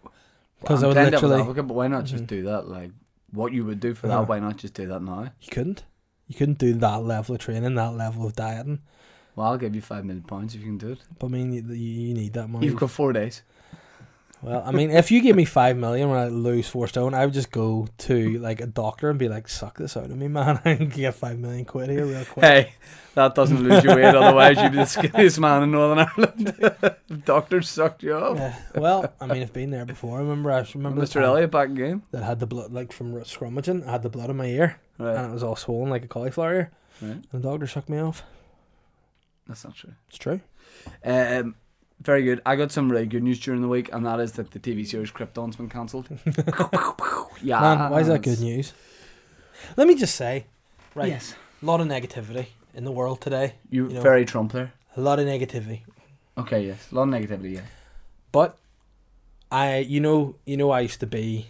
Because
I'm
I would
playing devil's
literally. Mm-hmm.
advocate, but why not just do that? Like, what you would do for that?
Uh-huh.
Why not just do that now?
You couldn't. You couldn't do that level of training, that level of dieting.
Well, I'll give you five million pounds if you can do it.
But I mean, you, you need that money.
You've got four days.
well, I mean, if you gave me five million when I lose four stone, I would just go to like a doctor and be like, "Suck this out of me, man. I can get five million quid here real quick."
Hey, that doesn't lose your weight. Otherwise, you'd be the skinniest man in Northern Ireland. If Doctors sucked you up.
Yeah. Well, I mean, I've been there before. I remember. I remember the
Mr.
time
Elliot back game.
that had the blood, like from r- scrummaging. I had the blood in my ear,
Right.
and it was all swollen like a cauliflower ear.
Right.
And the doctor sucked me off.
That's not true.
It's true.
Um, very good. I got some really good news during the week, and that is that the TV series Krypton's been cancelled. yeah.
Man, why is that good news? Let me just say, right?
Yes.
A lot of negativity in the world today.
You,
You know-
very Trump there.
A lot of negativity.
Okay, yes. A lot of negativity, yeah.
But I you know you know I used to be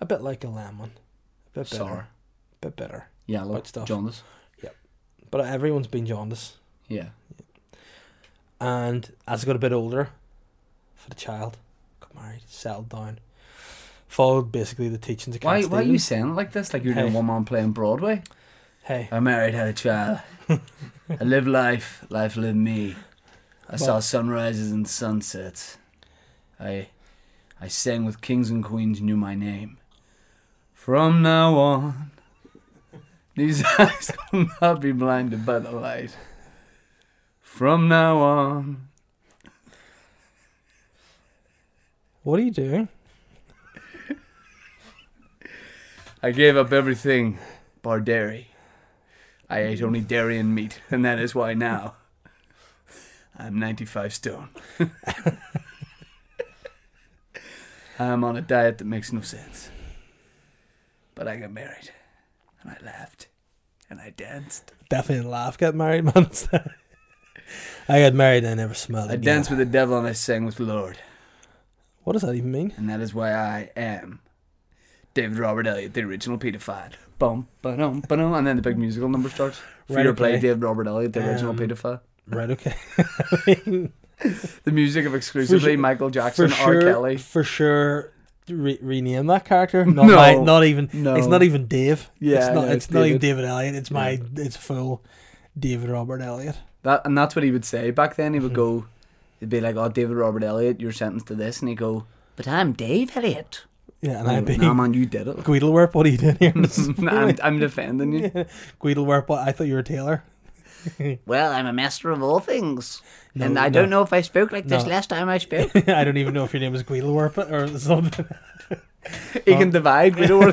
a bit like a lemon. A bit bitter.
Sour.
A bit bitter.
Yeah, a lot
Good stuff.
Jaundice.
But everyone's been jaundiced.
Yeah.
And as I got a bit older, for the child, got married, settled down. Followed basically the teachings of Cat
Why, why are you
Stevens.
saying it like this? Like you're doing
Hey.
one man play on Broadway?
Hey.
I married, had a child. I lived life. Life lived me. I saw
Well-
sunrises and sunsets. I I sang with kings and queens knew my name. From now on, these eyes will not be blinded by the light. From now on,
What are you doing?
I gave up everything bar dairy. I ate only dairy and meat, and that is why now I'm 95 stone. I'm on a diet that makes no sense. But I got married, and I laughed, and I danced.
Definitely didn't laugh get married, man. I got married and I never smelled
I
again.
danced with the devil and I sang with the Lord.
What does that even mean?
And that is why I am David Robert Elliott, the original pedophile. Bum, ba-dum, ba-dum, and then the big musical number starts. Free
Right,
to play
okay.
David Robert Elliott, the original
Um,
pedophile.
Right, okay. I mean,
The music of exclusively
sure-
Michael
for
Jackson,
sure,
R. Kelly.
for sure, re- rename that character. Not
No.
my, not even.
No.
It's not even Dave.
Yeah,
it's not.
no,
it's
it's
not even
David.
David Elliot. It's my. It's full David Robert Elliot.
That and that's what he would say back then. He would go, he'd be like, "Oh, David Robert Elliott, you're sentenced to this," and he'd go, "But I'm Dave Elliott."
Yeah,
And
and I'd
I'd
be
"Nah, man, you did it."
Guidelwerp. What are you doing here?
I'm, I'm defending you.
Guidelwerp. What? I thought you were Taylor.
Well, I'm a master of all things,
No,
and I
no.
don't know if I spoke like this
No.
last time I spoke.
I don't even know if your name is Guidelwerp or something.
he can divide Guidoworth,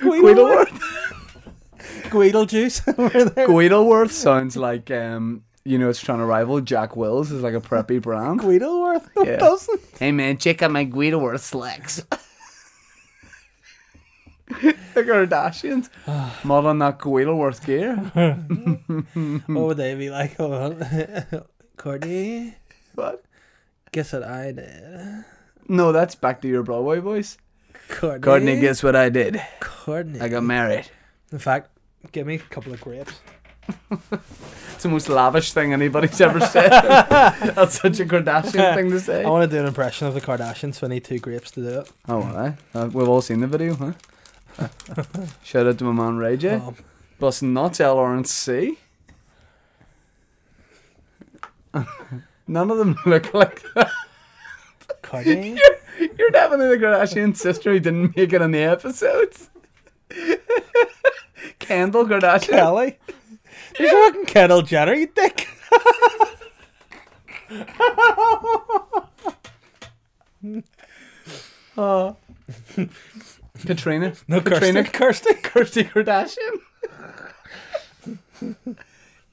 Guidoworth,
Guideljuice over there.
Guidoworth sounds like um, you know, it's trying to rival Jack Wills is like a preppy brand.
Guidelworth.
Yeah.
doesn't.
Hey man, check out my Guidoworth slacks. the Kardashians modeling that Guidoworth gear. Hmm.
What would they be like? Hold on. Courtney,
What?
guess what I did?
No, that's back to your Broadway voice.
Courtney.
Courtney, guess what I did?
Courtney.
I got married.
In fact, give me a couple of grapes.
It's the most lavish thing anybody's ever said. that's such a Kardashian thing to say.
I want to do an impression of the Kardashians, so I need two grapes to do it.
Oh, well, aye. Uh, we've all seen the video, huh? Shout out to my man Ray J.
Um,
Plus, not L R and C. None of them look like that.
Courtney.
You're definitely the Kardashian sister who didn't make it in the episodes. Kendall Kardashian.
Kelly. You're fucking Kendall Jenner, you dick.
Katrina.
No,
Katrina.
Kirsty. Kirsty.
Kirsty Kardashian.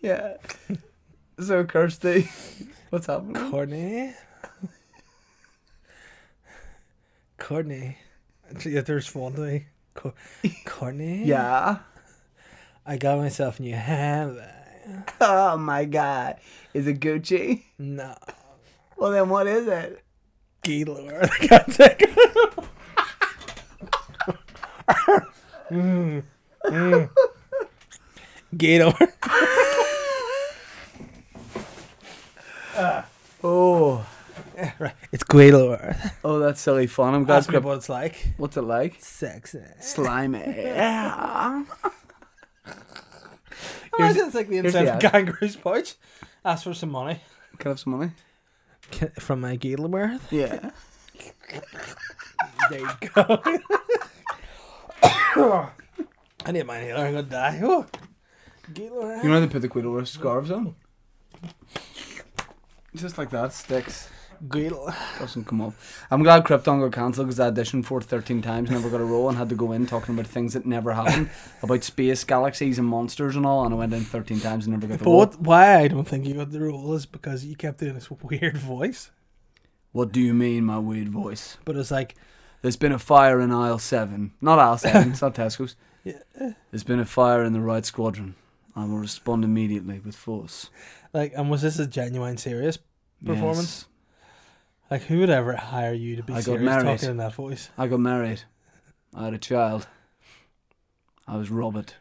yeah. So Kirsty, what's happening?
Courtney. Courtney. Yeah, there's one thing. Co- Courtney.
Yeah.
I got myself a new handbag.
Oh my God. Is it Gucci?
No.
Well then, what is it?
Gaylord. I can't take it. Mm, Gaylord.
Oh.
It's Gaylord.
Oh, that's silly fun. I'm glad.
That's me what it's like.
What's it like?
Sexy.
Slimy. yeah.
Imagine it's like the
here's
inside
the
of
ad.
Kangaroo's pouch. Ask for some money.
Can I have some money?
From my Gaylord.
Yeah.
There you go. I need mine here. I'm gonna die. Oh. Gaylord.
You know they put the Quiddler scarves on? Just like that, sticks.
Gaylord.
Doesn't come up. I'm glad Krypton got cancelled because I auditioned for it 13 times, never got a role, and had to go in talking about things that never happened, about space, galaxies, and monsters and all. And I went in 13 times and never got the
But
role. What?
what, why I don't think you got the role is because you kept doing this weird voice.
do you mean, my weird voice?
But it's like
There's been a fire in aisle seven. Not aisle seven. it's not Tesco's. There's been a fire in the right squadron. I will respond immediately with force.
Like, and was this a genuine serious performance?
Yes.
Like, who would ever hire you to be
I got
serious
married.
talking in that voice?
I got married. I had a child. I was Robert,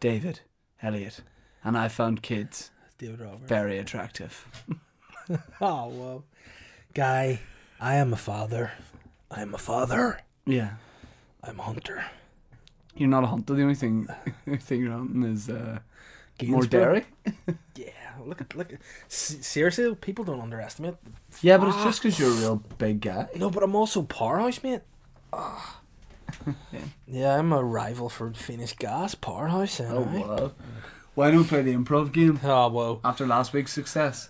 David, Elliot, and I found kids
David Roberts.
very attractive.
Oh, whoa. Guy, I am a father. I'm a father.
Yeah.
I'm a hunter.
You're not a hunter. The only thing, the only thing you're hunting is uh, more
Gainsborough?
dairy.
Yeah, look at, look at, s- seriously, people don't underestimate.
Yeah, but it's just because you're a real big guy.
No, but I'm also powerhouse, mate. Ah. yeah, I'm a rival for Phoenix Gas, eh, powerhouse, ain't
Oh
I?
wow! Why don't we play the improv game
Oh, whoa.
after last week's success?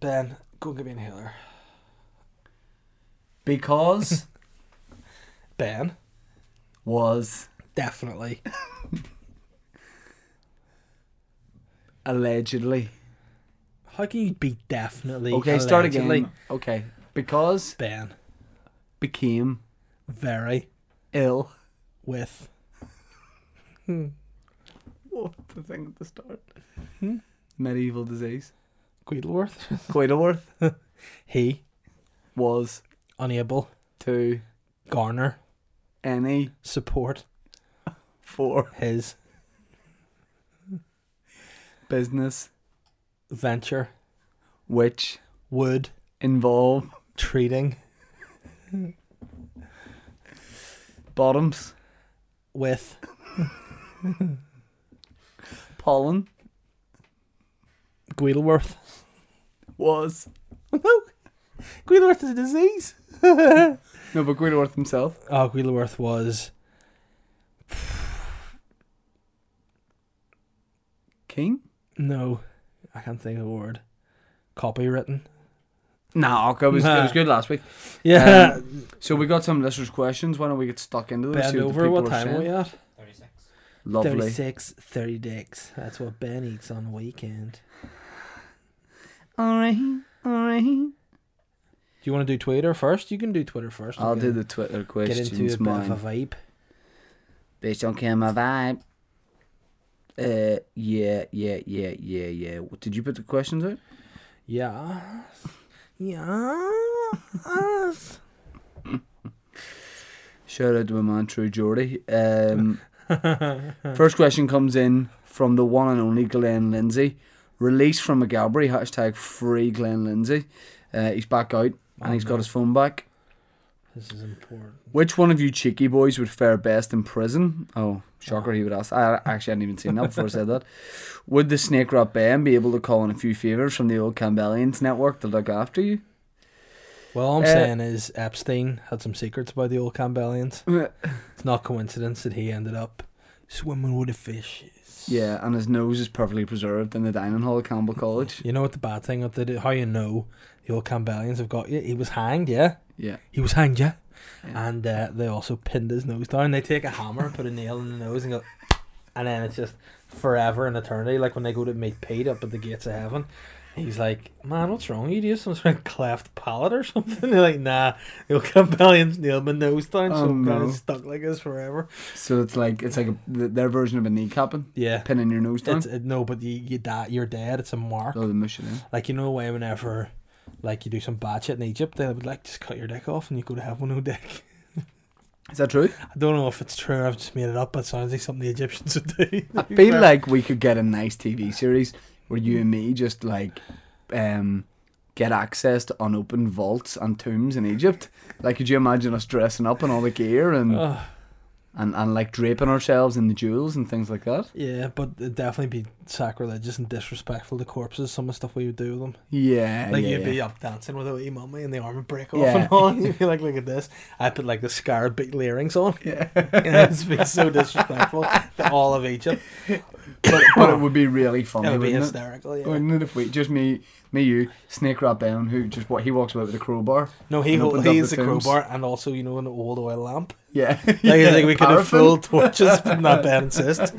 Ben, go give me an inhaler.
Because
Ben?
was
Definitely.
allegedly.
How can you be definitely?
Okay, start
allegedly?
again. Okay, because
Ben,
became
very
ill.
with Hmm?
What the thing at the start? medieval disease.
Guidelworth.
Quaidleworth
he
was
unable
to
garner
any
support
for
his
business
venture
which
would
involve
treating
bottoms,
with
pollen,
Guidelworth.
was.
Guidelworth is a disease.
No, but Quaidleworth himself.
Oh, Guidelworth was
King?
no, I can't think of the word. Copywritten.
Nah, okay, it was, it
Nah.
was good last week.
Yeah.
So we got some listeners' questions. Why don't we get stuck into this?
Bend
see
over.
What,
What
the people are
time are we
saying?
at?
Thirty-six.
Lovely.
36, 30 dicks. That's what Ben eats on the weekend.
All right, all right.
Do you want to do Twitter first? You can do Twitter first.
I'll
I'm
do
gonna
the Twitter
Get
questions.
into a bit
mine.
of a vibe.
Based on kind of my vibe. Uh, yeah, yeah, yeah, yeah, yeah. Did you put the questions out?
Yeah. Yeah.
Shout out to my man True Jordy. Um, first question comes in from the one and only Glenn Lindsay. Release from McGalbury, hashtag free Glenn Lindsay. Uh, he's back out and he's got his phone back.
this is important.
Which one of you cheeky boys would fare best in prison? Oh, shocker, he would ask. I actually hadn't even seen that before I said that. Would the snake rat Ben be able to call in a few favours from the old Campbellians network to look after you?
Well, all I'm
Uh,
saying is Epstein had some secrets about the old Campbellians. it's not coincidence that he ended up swimming with the fishes.
Yeah, and his nose is perfectly preserved in the dining hall at Campbell College.
You know what the bad thing with the how you know the old Campbellians have got you? He was hanged, yeah.
Yeah.
He was hanged, yeah. And uh, they also pinned his nose down. They take a hammer and put a nail in the nose and go, and then it's just forever and eternity. Like when they go to meet Pete up at the gates of heaven, he's like, "Man, what's wrong? You do you have some sort of cleft palate or something?" They're like, "Nah, the old Campbellians nailed my nose down,
Oh,
so I'm
no.
kind of stuck like this forever."
So it's like it's like a, th- their version of a kneecapping,
Yeah.
pinning your nose down.
It's, it, no, but you you die, you're dead. It's a mark.
Oh, the Michelin.
Like you know the way whenever like you do some bad shit in Egypt, they would like just cut your dick off and you go to heaven with no dick.
Is that true?
I don't know if it's true. I've just made it up. But it sounds like something the Egyptians would do.
I feel like we could get a nice TV series where you and me just like um, get access to unopened vaults and tombs in Egypt. Like, could you imagine us dressing up in all the gear and
Ugh.
and, and like draping ourselves in the jewels and things like that?
yeah, but it'd definitely be sacrilegious and disrespectful to corpses. Some of the stuff we would do with them,
Yeah,
like
yeah,
you'd
yeah.
be up dancing with a wee mummy and the arm would break off
Yeah.
and all. And you'd be like, look at this. I put like the scarred beetle earrings on.
Yeah.
and it'd be so disrespectful to all of Egypt.
but, but it would be really funny.
It would be
wouldn't it?
hysterical. Yeah.
Wouldn't it if we just me, me, you, Snake Rat Ben, who just what he walks away with a crowbar.
No, he
and
hol-
opens up
he is
the
a
tombs.
crowbar and also you know an old oil lamp.
Yeah,
Like,
yeah,
like we could have
paraffin.
full torches, but not Ben insist.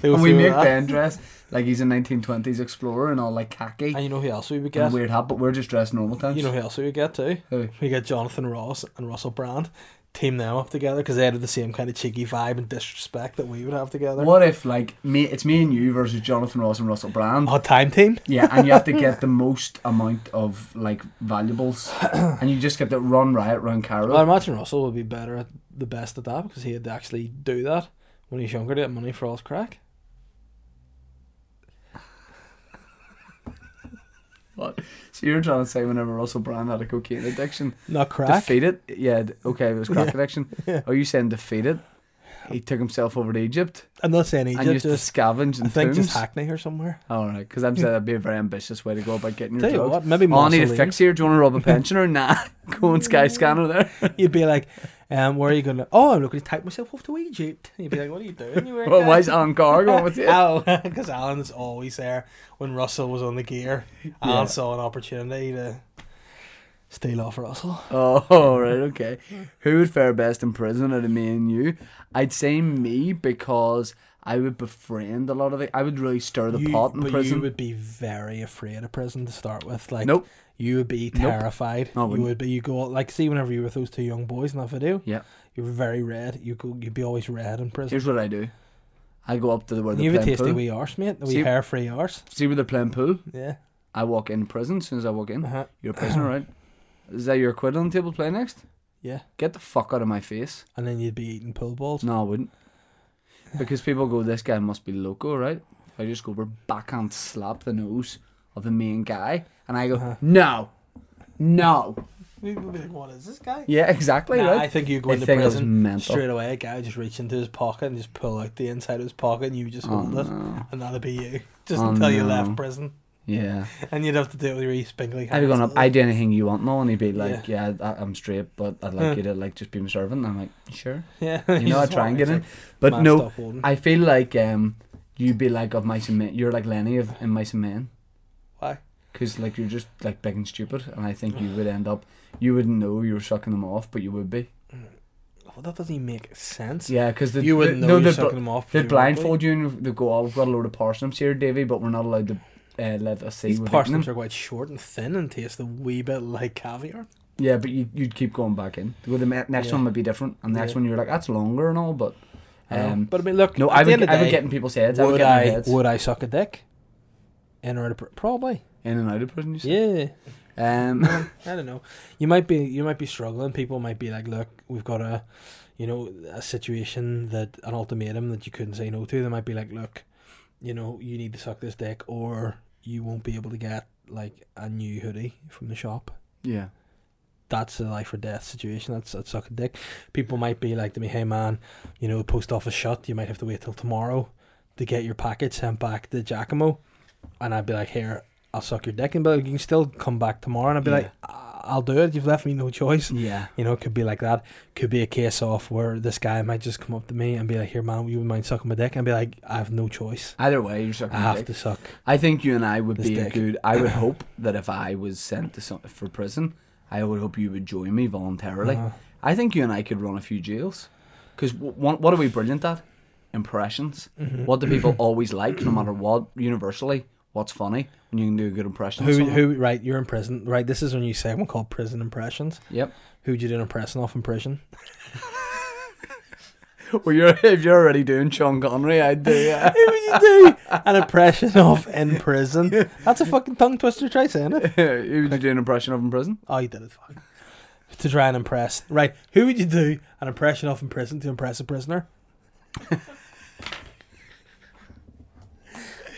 They
And
would
we
do
make
that.
Ben dress like he's a 1920s explorer and all like khaki
And you know who else we would
and
get?
weird hat, but we're just dressed normal times.
You know who else we would get too?
Who?
We get Jonathan Ross and Russell Brand. Team them up together because they had the same kind of cheeky vibe and disrespect that we would have together.
what if like me? It's me and you versus Jonathan Ross and Russell Brand.
Odd time team.
Yeah, and you have to get the most amount of like valuables, and you just get to run riot, run Carol.
Well, I imagine Russell would be better at the best at that because he had to actually do that when he was younger to get money for all his crack.
What? So you're trying to say whenever Russell Brand had a cocaine addiction,
Not crack.
defeat it? Yeah, d- okay, it was crack addiction. Are you saying defeat it? He took himself over to Egypt
I'm not saying
and
Egypt.
used
Just,
to scavenge and
I think
tombs.
just Hackney or somewhere.
All right, because I'm saying that'd be a very ambitious way to go about getting your
Tell you
drugs.
what, maybe
oh, I need a
mausoleum.
fix here. Do you want to rob a pensioner? nah, go on Sky Scanner there.
You'd be like, um, where are you going to? Oh, I'm looking to take myself off to Egypt. And you'd be like, what are you doing? You
well, why is Alan Carr going with you?
because Alan's always there when Russell was on the gear.
Yeah.
Alan saw an opportunity to steal off Russell.
Oh, all right, okay. Who would fare best in prison out of me and you? I'd say me because I would befriend a lot of it. I would really stir the
You-
pot in
but
prison.
you would be very afraid of prison to start with. Like,
Nope.
You would be
Nope.
terrified.
I wouldn't.
You would be. You go like see whenever you were with those two young boys in that video.
Yeah.
You were very red. You go. You'd be always red in prison.
Here's what I do. I go up to the where they're
you have a
playing
tasty
pool.
wee arse, mate. A wee
See-
hair free arse.
See where they're playing pool.
Yeah.
I walk in prison as soon as I walk in.
Uh-huh.
You're a prisoner, right? Is that your quid on the table play next?
Yeah.
Get the fuck out of my face.
And then you'd be eating pool balls.
No, I wouldn't. Because people go, this guy must be loco, right? If I just go over backhand slap the nose of the main guy, and I go,
Uh-huh.
no, no.
People would be like, what is this guy?
Yeah, exactly,
Nah,
right?
I think you go
They
into
think I was
prison
mental.
straight away. A guy would just reach into his pocket and just pull out the inside of his pocket, and you just hold it, and that'd be you just
Oh,
until you
no.
left prison,
yeah.
and you'd have to deal with your wee spinkly.
I'd be going up,
hands.
I do anything you want, no, and he'd be like, yeah, I, I'm straight, but I'd like you to like just be my servant. And I'm like, sure.
yeah,
You know, I
just
try and
walk,
get
it's
in,
like,
but
"Man,
no,
stop holding."
I feel like um, you'd be like of mice and men. You're like Lenny of in mice and men.
Why?
Because like you're just like big and stupid, and I think you would end up. You wouldn't know you were sucking them off, but you would be.
Well, that doesn't even make sense.
Yeah, because
You wouldn't
they,
know
no,
you're
they'd
sucking them off,
They
you wouldn't
blindfold you and they go, "Oh, we've got a load of parsnips here, Davy, but we're not allowed to uh, let us see."
These
we've eaten
parsnips
them."
are quite short and thin and taste a wee bit like caviar.
Yeah, but you, you'd keep going back in. Well, the me- next
Yeah.
one might be different, and the next
Yeah.
one you're like, "That's longer and all," but um,
but I mean, look.
no,
at
I
the
would,
end of
I
the
would
day,
get in people's heads. I would,
Would
get in their
I?
heads.
Would I suck a dick? In or out of pr- probably.
in and out of prison. You say?
Yeah.
Um,
I don't know. You might be you might be struggling. People might be like, look, we've got a, you know, a situation that an ultimatum that you couldn't say no to. They might be like, look, you know, you need to suck this dick, or you won't be able to get like a new hoodie from the shop.
yeah.
That's a life or death situation. That's that's suck a dick. People might be like to me, hey man, you know, the post office shut. You might have to wait till tomorrow to get your package sent back to Giacomo, and I'd be like, here. I'll suck your dick and be like, you can still come back tomorrow. And I'd be
Yeah.
like, I'll do it. You've left me no choice.
Yeah.
You know, it could be like that. Could be a case of where this guy might just come up to me and be like, "Here, man, you would mind sucking my dick?" And be like, "I have no choice.
Either way, you're sucking.
I have
dick.
to suck."
I think you and I would
This
be a
dick.
good. I would hope that if I was sent to some, for prison, I would hope you would join me voluntarily. I think you and I could run a few jails, because what, what are we brilliant at? Impressions. What do people always like, no matter what? Universally, what's funny when you can do a good impression? of
Who,
someone?
who? Right, you're in prison. Right, this is when you say one called prison impressions.
Yep.
Who'd you do an impression off in prison?
Well, you're if you're already doing Sean Connery, I'd do. Yeah.
Who would you do an impression off in prison? That's a fucking tongue twister. Try saying it.
who would you do an impression of in prison?
Oh, you did it. Fuck. To try and impress. Right, who would you do an impression off in prison to impress a prisoner?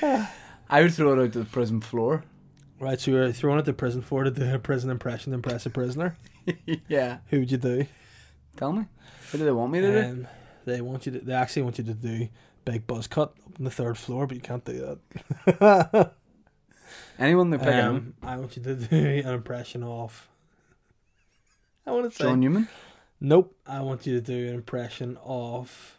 I would throw it out to the prison floor.
Right, so you're thrown at the prison floor to do a prison impression to impress a prisoner.
Yeah.
Who would you do?
Tell me. What do they want me to do?
Um, they want you to. They actually want you to do big buzz cut up on the third floor, but you can't do that.
Anyone they pick out?
um, I want you to do an impression of. I want to say
John Newman.
nope. I want you to do an impression of.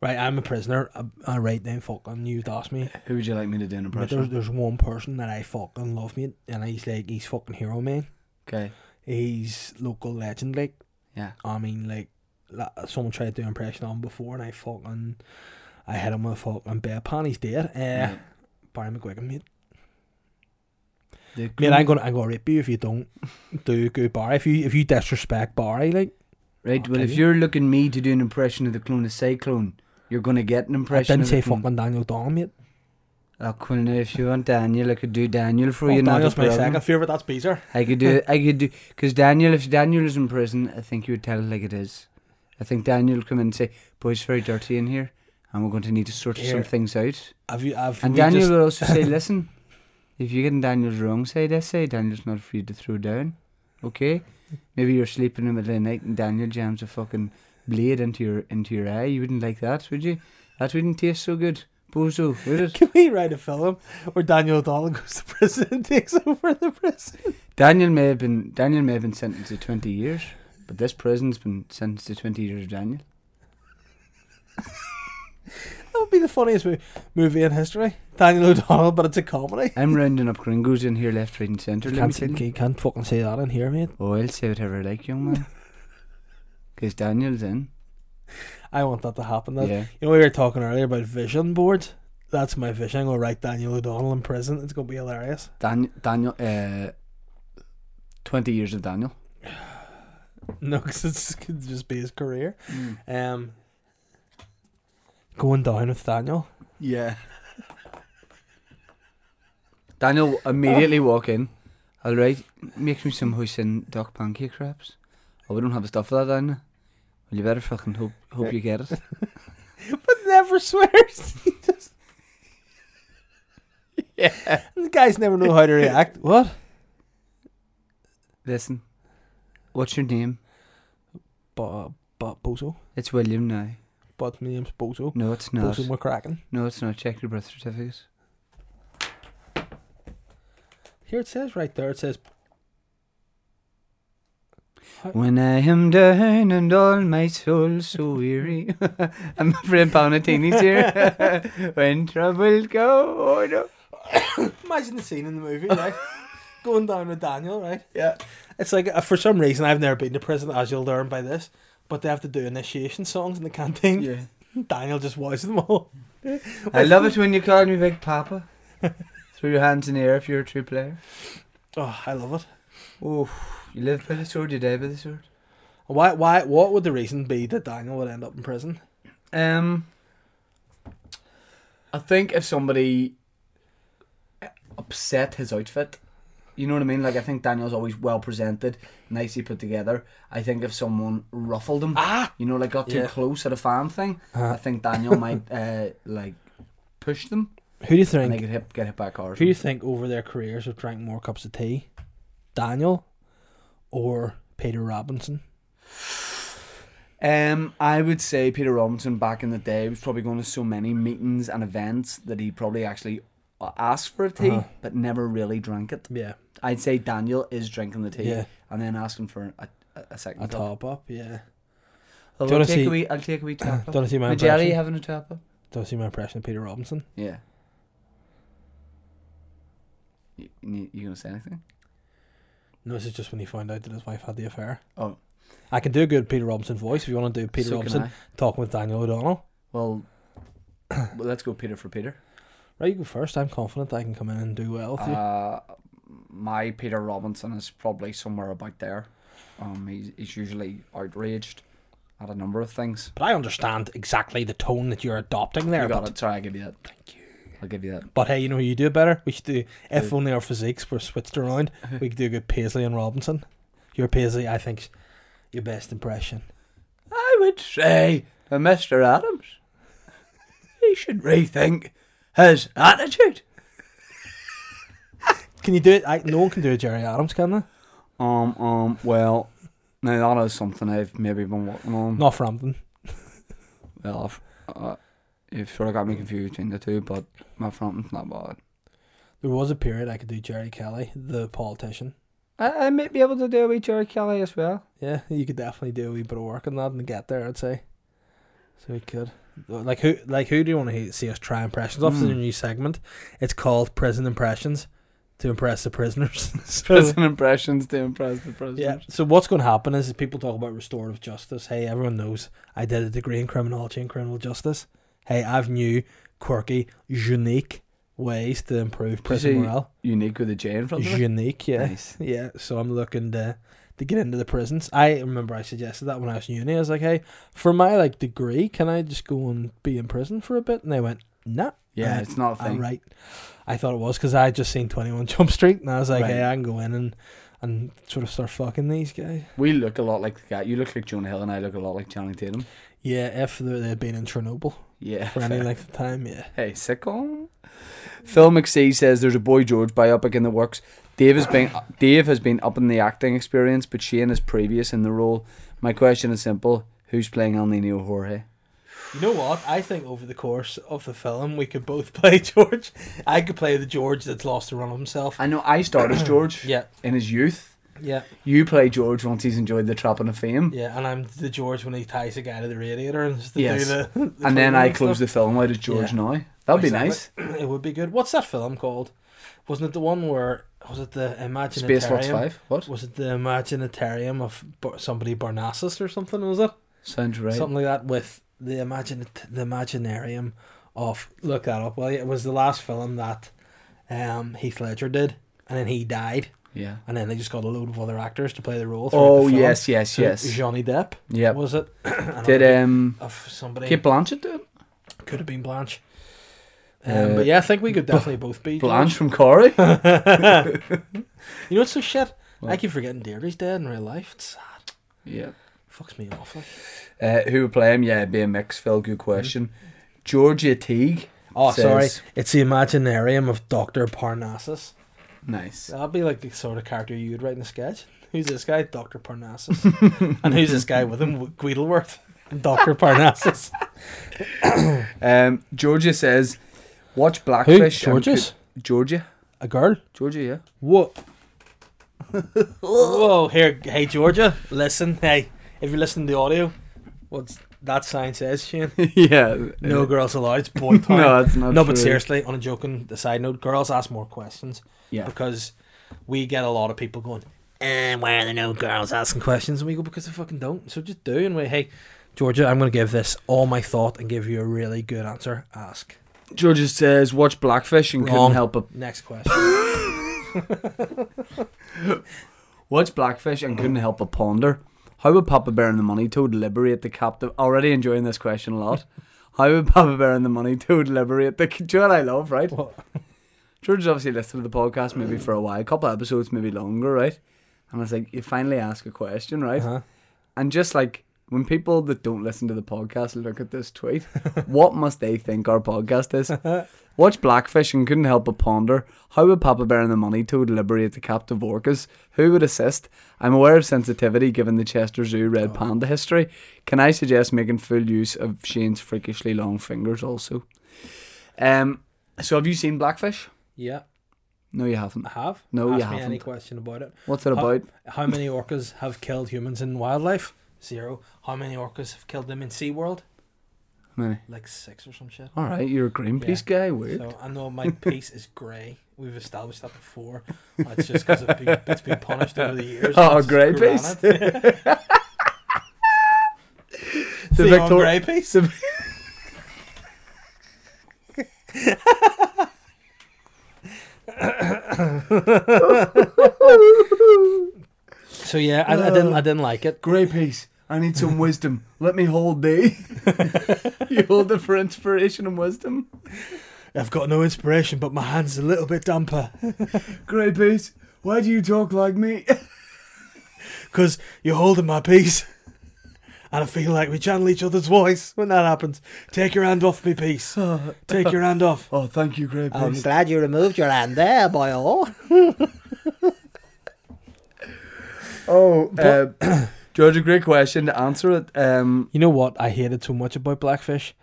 Right, I'm a prisoner. I, I write down fucking. You'd ask me.
Who would you like me to do an
But
impression?
there's,
of?
there's one person that I fucking love, mate, and he's like he's fucking hero man.
Okay.
He's local legend, like.
Yeah.
I mean, like, la- someone tried to do an impression on him before, and I fucking, I hit him with a fucking bedpan. He's dead. Uh,
Right.
Barry McGuigan, mate.
The
Mate, I'm gonna, I'm gonna rip you if you don't do good Barry. If you, if you disrespect Barry, like,
Right, well,
Okay.
if you're looking me to do an impression of the clone of Cyclone, you're going to get an
I
impression
didn't
of the
say
clone.
fucking Daniel Don, mate.
Oh, Quinn, if you want Daniel, I could do Daniel for you.
Fuck
not a
Oh, Daniel's my
problem.
second favorite. That's Beezer.
I could do, I could do, because Daniel, if Daniel is in prison, I think you would tell it like it is. I think Daniel would come in and say, boys, it's very dirty in here, and we're going to need to sort some
Here.
things out.
Have you? Have
And
we
Daniel
just-
would also say, listen, if you get in Daniel's wrong side, I say Daniel's not free to throw down. Okay? Maybe you're sleeping in the middle of the night and Daniel jams a fucking blade into your into your eye. You wouldn't like that, would you? That wouldn't taste so good. Bozo, would it?
Can we write a film where Daniel O'Donnell goes to prison and takes over the prison?
Daniel may have been Daniel may have been sentenced to twenty years, but this prison's been sentenced to twenty years of Daniel.
That would be the funniest mo- movie in history. Daniel O'Donnell, but it's a comedy.
I'm rounding up gringos in here left, right and centre.
You
Let me
can't,
tell you.
you can't fucking say that in here, mate.
Oh, I'll say whatever I like, young man. Because Daniel's in.
I want that to happen. That,
Yeah.
You know, we were talking earlier about vision boards. That's my vision. I'm going to write Daniel O'Donnell in prison. It's going to be hilarious.
Dan- Daniel, uh, 20 years of Daniel.
Hmm. No, because it could just be his career. Um, Going down with Daniel.
Yeah.
Daniel immediately walk in. All right, make me some hoisin duck pancake wraps. Oh, we don't have stuff for that, Daniel. Well, you better fucking hope hope you get it.
But never swears. he just. Yeah. The guys never know how to react. What?
Listen, what's your name?
But, but Bozo.
It's William now.
But my name's Bozo.
No, it's not.
Bozo McCracken.
No, it's not. Check your birth certificate.
Here it says right there, it says
When I am down and all my soul so weary, I'm from Pawnatini's here. when trouble go, oh no.
Imagine the scene in the movie, right? Going down with Daniel, right?
Yeah.
It's like uh, for some reason I've never been to prison, as you'll learn by this. But they have to do initiation songs in the canteen.
Yeah.
Daniel just watches them all.
I love it when you call me Big Papa. Throw your hands in the air if you're a true player.
Oh, I love it.
Oh, you live by the sword, you die by the sword.
Why? Why? What would the reason be that Daniel would end up in prison?
Um, I think if somebody upset his outfit, you know what I mean. Like I think Daniel's always well presented, nicely put together. I think if someone ruffled him,
Ah!
you know, like got too
Yeah.
close at a fan thing, I think Daniel might uh, like push them
Who do you
and they
think?
could hit get hit by cars.
Who do you think over their careers have drank more cups of tea, Daniel, or Peter Robinson?
Um, I would say Peter Robinson back in the day was probably going to so many meetings and events that he probably actually uh, asked for a tea, but never really drank it.
Yeah,
I'd say Daniel is drinking the tea
Yeah.
and then asking for a, a, a second
a
cup.
top up. Yeah.
I'll,
Do you wanna
take
see-
a wee, I'll take a wee tap up.
Do you wanna see my
Would you already
impression?
having a tap up?
Don't see my impression of Peter Robinson.
Yeah. You, you, you gonna say anything?
No, this is just when he found out that his wife had the affair.
Oh,
I can do a good Peter Robinson voice if you want to do Peter
So can
Robinson
I.
talking with Daniel O'Donnell.
well, well, let's go Peter for Peter.
Right, you go first. I'm confident I can come in and do well with you.
Uh, my Peter Robinson is probably somewhere about there. Um, he's, he's usually outraged at a number of things.
but I understand exactly the tone that you're adopting there.
You got
but,
it. Sorry, I give you that. Thank you. I'll give you that.
but hey, you know what you do better? We should do, if only our physiques were switched around, we could do a good Paisley and Robinson. Your Paisley, I think, your best impression.
I would say to Mr. Adams, he should rethink his attitude.
Can you do it? I, no one can do a Jerry Adams, can they?
Um, um, well, now that is something I've maybe been working on.
Not Frampton.
Well, I've, uh, you've sort of got me confused between the two, but my fronting's not bad.
There was a period I could do Jerry Kelly, the politician.
I, I might be able to do a wee Jerry Kelly as well.
Yeah, you could definitely do a wee bit of work on that and get there. I'd say. So we could. Like who? Like who do you want to see us try impressions? of? This is a new segment. It's called Prison Impressions to impress the prisoners. So-
Prison impressions to impress the prisoners.
Yeah. So what's going to happen is people talk about restorative justice. Hey, everyone knows I did a degree in criminology and criminal justice. Hey, I've new, quirky, unique ways to improve prison
Say
morale.
Unique with a J in front of it.
Unique, yeah,
Nice.
yeah. So I'm looking to to get into the prisons. I remember I suggested that when I was in uni. I was like, hey, for my like degree, can I just go and be in prison for a bit? And they went, nah.
Yeah,
Uh,
it's not a
I'm
thing.
right. I thought it was because I had just seen Twenty One Jump Street, and I was like,
Right.
hey, I can go in and and sort of start fucking these guys.
We look a lot like the guy. You look like Jonah Hill, and I look a lot like Channing Tatum.
Yeah, if they- they'd been in Chernobyl
Yeah.
for any length of time, yeah.
Hey, sitcom. Phil McSee says there's a boy George biopic in the works. Dave has been Dave has been up in the acting experience, but Shane is previous in the role. My question is simple: Who's playing El Nino Jorge?
You know what? I think over the course of the film, we could both play George. I could play the George that's lost the run of himself.
I know I starred as George.
Yeah.
In his youth,
Yeah.
you play George once he's enjoyed the trapping of fame,
Yeah, and I'm the George when he ties the guy to the radiator and just to
Yes.
do the. the
and then
cleaning
I
and
close
stuff.
the film out as George.
Yeah.
Now that'd be
Exactly.
nice.
It would be good. What's that film called? Wasn't it the one where was it the Imaginatarium?
Space Fox Five. What
Was it the Imaginatarium of Bar- somebody Barnassus or something? Was it
sounds right?
something like that with the imagine the Imaginarium of? Look that up. Well, it was the last film that um, Heath Ledger did, and then he died,
Yeah.
and then they just got a load of other actors to play the role. throughout
Oh
the film.
yes, yes,
So
yes.
Johnny Depp.
Yep.
was it? And
Did um
of somebody.
Kate Blanchett do it?
Could have been Blanche. Um, but yeah, I think we could definitely both be
Uh, Blanche from Corey.
You know what's so shit? I keep forgetting Deirdre's dead in real life. It's sad.
yeah.
Fucks me off. Like.
Uh, who would play him? Yeah, it'd be a mix. Phil, good question. Georgia Teague.
Oh, sorry.
says-
It's the Imaginarium of Doctor Parnassus.
Nice.
That'd be like the sort of character you would write in a sketch. Who's this guy? Doctor Parnassus. and who's this guy with him? Guidelworth. Doctor Parnassus.
Um, Georgia says, watch
Who?
Blackfish. and
Georges?
could- Georgia.
A girl.
Georgia, yeah.
What? Whoa! Here, hey Georgia, listen, hey, if you're listening to the audio, what's that sign says, Shane?
yeah. Uh,
No girls allowed. It's boy time.
No, that's not
No, but
true.
seriously, on a joking side note, girls ask more questions.
Yeah.
Because we get a lot of people going, and why are there no girls asking questions? And we go because they fucking don't. So just do and we hey, Georgia, I'm going to give this all my thought and give you a really good answer. Ask.
Georgia says, watch Blackfish and
Wrong.
couldn't help but
Next question.
watch Blackfish and couldn't help but ponder. How would Papa Bear and the Money Toad liberate the captive? Already enjoying this question a lot. How would Papa Bear and the Money Toad liberate the? Do you know what I love, right?
What?
George obviously listened to the podcast maybe for a while, a couple episodes, maybe longer, right? And it's like you finally ask a question, right?
Uh-huh.
And just like when people that don't listen to the podcast look at this tweet, what must they think our podcast is? Watch Blackfish and couldn't help but ponder how would Papa Bear and the Money Toad liberate the captive orcas? Who would assist? I'm aware of sensitivity given the Chester Zoo red panda history. Can I suggest making full use of Shane's freakishly long fingers also? Um. So have you seen Blackfish?
yeah,
No, you haven't.
I have.
No,
ask
you
me Any
haven't.
question about it?
What's it
How-
about?
How, many orcas have killed humans in wildlife? Zero. How many orcas have killed them in SeaWorld?
Many.
Like six or some shit.
All right, you're a Greenpeace guy. Weird.
So I know my piece is grey. We've established that before. That's just because it's been, it's been punished over the years.
Oh,
It's
grey
grown on
piece.
it.
the
Theon
Victor-
grey piece.
the-
So yeah, I, I didn't. I didn't like it.
Greypeace, I need some wisdom. Let me hold thee. you hold it for inspiration and wisdom.
I've got no inspiration, but my hands a little bit damper
Greypeace, why do you talk like me?
because you're holding my piece. And I feel like we channel each other's voice when that happens. Take your hand off me, piece. Take your hand off.
oh, thank you, Greypeace.
glad you removed your hand there, boy. Oh.
oh, uh, George, a great question to answer it. Um,
You know what I hated so much about Blackfish?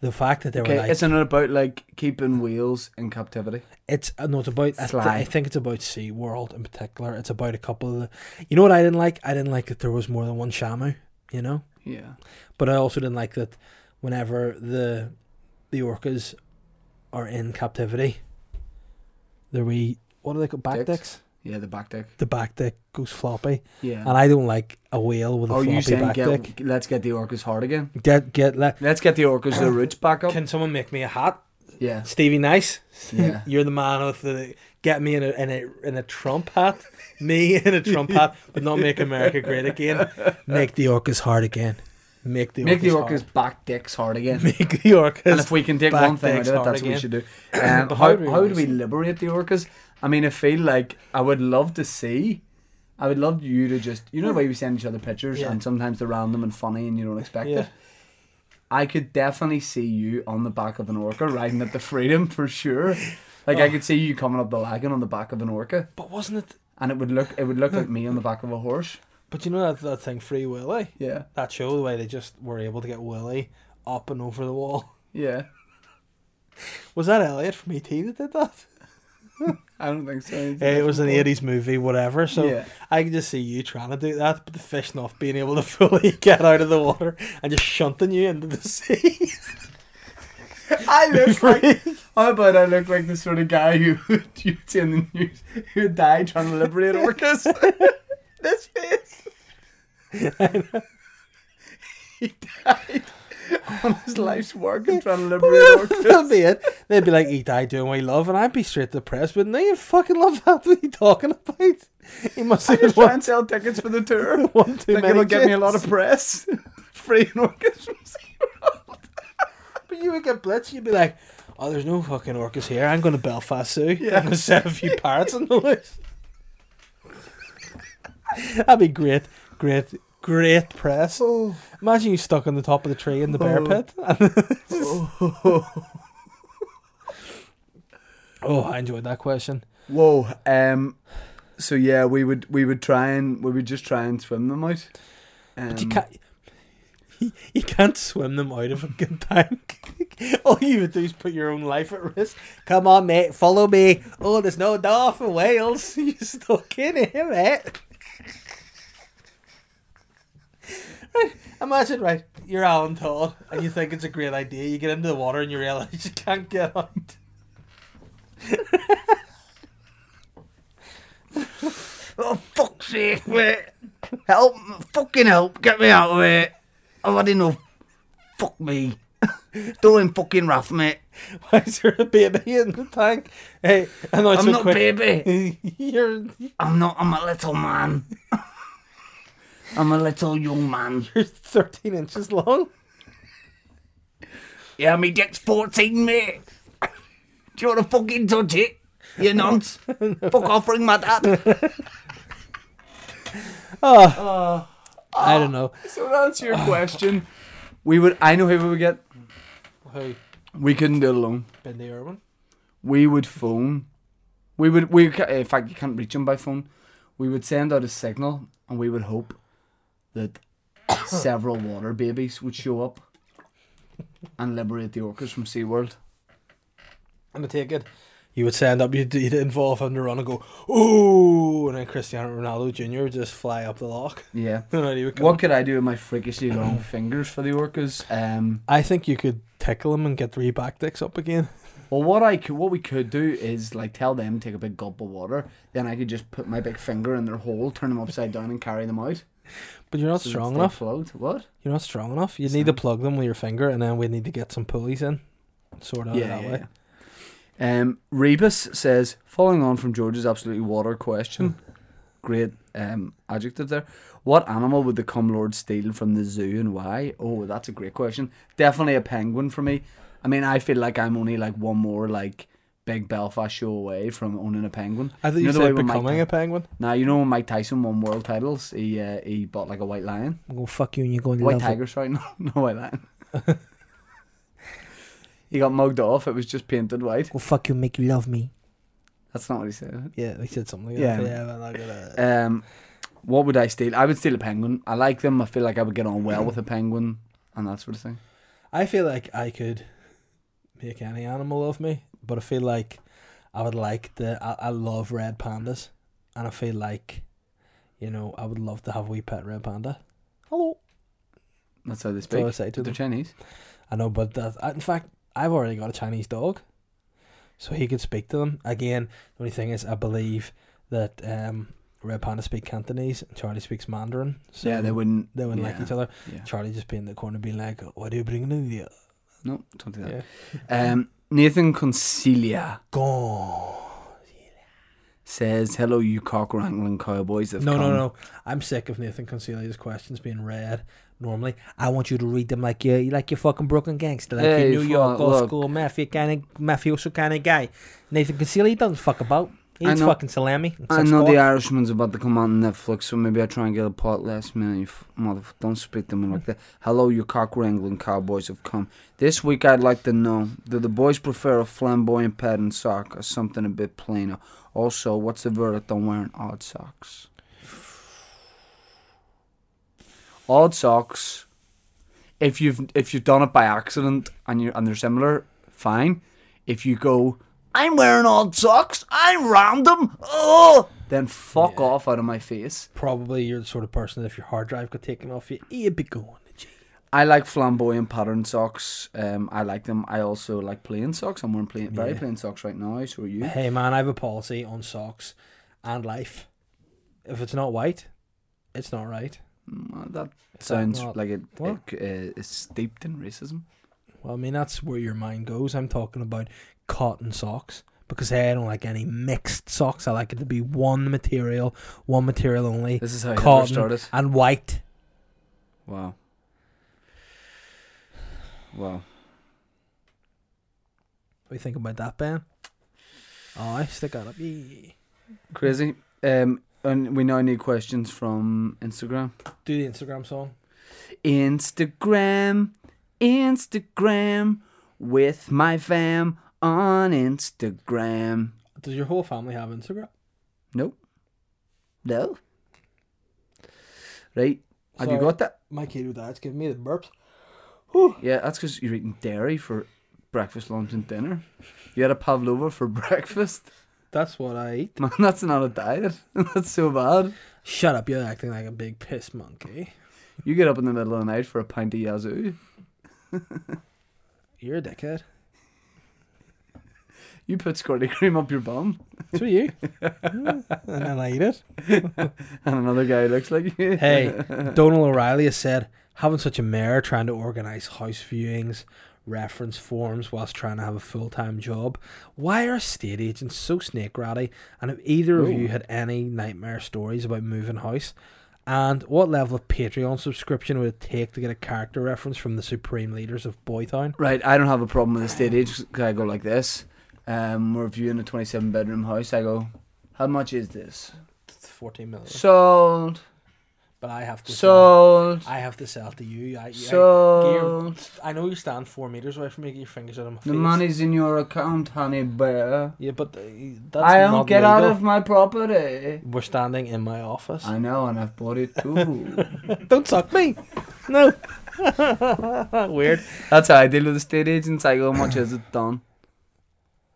The fact that they
okay,
were like,
it's not about like keeping whales in captivity.
it's uh, no, it's about. I, th-
Sly.
I think it's about Sea World in particular. It's about a couple of the. You know what I didn't like? I didn't like that there was more than one Shamu. You know,
Yeah.
but I also didn't like that whenever the the orcas are in captivity, their wee what are they called? Back
Dicks.
dicks.
Yeah, the back deck.
The back dick goes floppy,
Yeah.
and I don't like a whale with a
oh, you
floppy
saying
back dick.
get, let's get the orcas hard again?
Get get le-
Let's get the orcas their roots back up.
Can someone make me a hat?
yeah.
Stevie Nice.
Yeah.
You're the man with the get me in a in a in a Trump hat. Me in a Trump hat, but not make America great again. Make the orcas hard again. Make the
Make the
orcas
orcas
hard.
back dicks hard again.
Make the orcas.
and if we can take
back
one thing out
decks
of it,
hard
that's what we
again.
should do. Um,
But
how
how do we
how do we
release
liberate the orcas? I mean, I feel like I would love to see. I would love you to just you know the way we send each other pictures
Yeah.
and sometimes they're random and funny and you don't expect
Yeah.
it. I could definitely see you on the back of an orca riding at the freedom for sure. Like
Oh.
I could see you coming up the lagoon on the back of an orca,
But wasn't it?
and it would look it would look like me on the back of a horse.
But you know that that thing, Free Willy.
Yeah,
That show, the way they just were able to get Willy up and over the wall.
yeah.
Was that Elliot from ET that did that?
I don't think so.
It was an eighties movie, whatever. So
Yeah.
I can just see you trying to do that, but the fish not being able to fully get out of the water and just shunting you into the sea.
I look like. How about Oh, I look like the sort of guy who you'd see in the news who died trying to liberate orcas? this face. he died on his life's work and trying to liberate orcas.
That'd be it. They'd be like, "He died doing what he loved," and I'd be straight depressed. But they fucking love that. What are you talking about? He must have
Just try
one,
and sell tickets for the tour.
one too
Think
many.
it'll get me a
kids.
lot of press. Free orcas from SeaWorld.
But you would get blitzed. You'd be like, "Oh, there's no fucking orcas here. I'm going to Belfast Zoo. I'm going to set a few parrots in the loose." That'd be great, great, great press. Imagine you stuck on the top of the tree in the bear pit. oh, I enjoyed that question.
Whoa. Um. So yeah, we would we would try and we would just try and swim them out. Um,
You can't. you- You can't swim them out of a good tank. All you would do is put your own life at risk. Come on, mate, follow me. Oh, there's no door for Wales. You're stuck in here, mate. Right, Imagine, right, you're Alan Todd and you think it's a great idea. You get into the water and you realise you can't get out.
Oh fuck's sake, mate. Help fucking help. Get me out of here. I've had enough. Fuck me. Don't even fucking rough, mate.
Why is there a baby in the tank? Hey, I know it's
I'm
so
not
quick.
baby.
you're
I'm not I'm a little man. I'm a little young man.
you're 13 inches long.
Yeah, me dick's 14, mate. Do you want to fucking touch it? You nonce. Fuck off, ring my dad.
I don't know.
so to answer your question, we would. I know who we would get.
Hey,
We couldn't do it alone.
Bendy Irwin.
we would phone. We would we ca- in fact you can't reach them by phone. We would send out a signal and we would hope that several water babies would show up and liberate the orcas from SeaWorld.
I'm gonna take it. You would stand up, you'd, you'd involve him to run and go, ooh, and then Cristiano Ronaldo Jr. would just fly up the lock.
Yeah.
And then he would come.
What could I do with my freakishly long fingers for the orcas? Um,
I think you could tickle him and get three back dicks up again.
well, what I could, what we could do is like tell them to take a big gulp of water. Then I could just put my big finger in their hole, turn them upside down, and carry them out.
But you're not strong enough.
Float. What?
You're not strong enough. You need to plug them with your finger, and then we need to get some pulleys in. Sort out that way.
yeah. Um, Rebus says, following on from George's absolutely water question,
Hmm.
great um, adjective there. What animal would the cum lord steal from the zoo and why? Oh, that's a great question. Definitely a penguin for me. I mean, I feel like I'm only like one more like big Belfast show away from owning a penguin.
I
know
thought you
the way
said
when Mike
becoming
Ty-
a penguin.
Now you know when Mike Tyson won world titles, he uh, he bought like a white lion,
I'm gonna fuck you, and you're going to
white
love it.
tiger, sorry, no, no white lion. he got mugged off. It was just painted white.
We'll fuck you, and make you love me.
That's not what he said.
Yeah, they said something like
Yeah.
that. Yeah, but I'm not gonna.
Um, what would I steal? I would steal a penguin. I like them. I feel like I would get on well with a penguin and that sort of thing.
I feel like I could make any animal love me, but I feel like I would like the. I, I love red pandas, and I feel like, you know, I would love to have a wee pet red panda. Hello.
That's how they speak.
all I say to
But they're
them.
Chinese.
I know, but that, I- in fact, I've already got a Chinese dog, so he could speak to them. Again, the only thing is, I believe that um, red pandas speak Cantonese and Charlie speaks Mandarin. So
yeah, they wouldn't.
They wouldn't like
yeah,
each other.
yeah.
Charlie just being in the corner, being like, "What are you bringing in here?"
No, don't do that. Um, Nathan Concilia
Gone.
says, "Hello, you cock wrangling cowboys." That
No, no, no. I'm sick of Nathan Concilia's questions being read. Normally, I want you to read them like you, like you're fucking Brooklyn gangster, like
Hey,
you're New York
fuck,
old
look.
school mafia kind of mafioso kind of guy. Nathan Concilia he doesn't fuck about. He
I
eats
know-
fucking salami. and
I
sucks
know
cock.
the Irishman's about to come on Netflix, so maybe I try and get a part last minute. You f- motherfucker, don't speak to me like that. Hello, you cock wrangling cowboys have come. This week I'd like to know do the boys prefer a flamboyant patterned sock or something a bit plainer? Also, what's the verdict on wearing odd socks? Odd socks. If you've if you've done it by accident and you and they're similar, fine. If you go, I'm wearing odd socks. I'm random. Oh, then fuck off out of my face.
Probably you're the sort of person that if your hard drive got taken off you, you'd be going to jail.
I like flamboyant patterned socks. Um, I like them. I also like plain socks. I'm wearing plain, very plain socks right now. So are you?
Hey man, I have a policy on socks and life. If it's not white, it's not right.
Mm, uh, That
Is that
sounds
not-
like it,
what?
it c- uh, is steeped in racism.
Well, I mean, that's where your mind goes. I'm talking about cotton socks because hey, I don't like any mixed socks. I like it to be one material, one material only.
This is how Hitler
cotton
started.
and white.
Wow. Wow.
What do you think about that, Ben? Aye, stick that up. Yee.
Crazy. Um, and we now need questions from Instagram.
Do the Instagram song.
Instagram, Instagram, with my fam on Instagram.
Does your whole family have Instagram?
Nope. No. Right. Have you
Sorry.
got that?
My keto dad's giving me the burps.
Yeah, that's because you're eating dairy for breakfast, lunch, and dinner. You had a pavlova for breakfast.
That's what I eat.
Man, that's not a diet. That's so bad.
Shut up, you're acting like a big piss monkey.
You get up in the middle of the night for a pint of Yazoo.
You're a dickhead.
You put squirty cream up your bum,
So you. Mm. and then I eat it.
and another guy looks like you.
Hey, Donald O'Reilly has said having such a mayor trying to organise house viewings, reference forms whilst trying to have a full time job. Why are estate agents so snake ratty? And have either of you had any nightmare stories about moving house? And what level of Patreon subscription would it take to get a character reference from the supreme leaders of Boytown?
Right, I don't have a problem with the state age 'cause I go like this. Um, we're viewing a 27 bedroom house. I go, how much is this?
Fourteen million.
Sold.
But I have to.
Sold.
I have to sell to you. I, I,
Sold.
I know you stand four meters away from me. Get your fingers out of my face.
The money's in your account, honey bear.
Yeah, but uh, that's
I don't
not
get
legal.
out of my property.
We're standing in my office.
I know, and I've bought it too.
Don't suck me. No. Weird.
That's how I deal with the state agents. I go, how much is it done?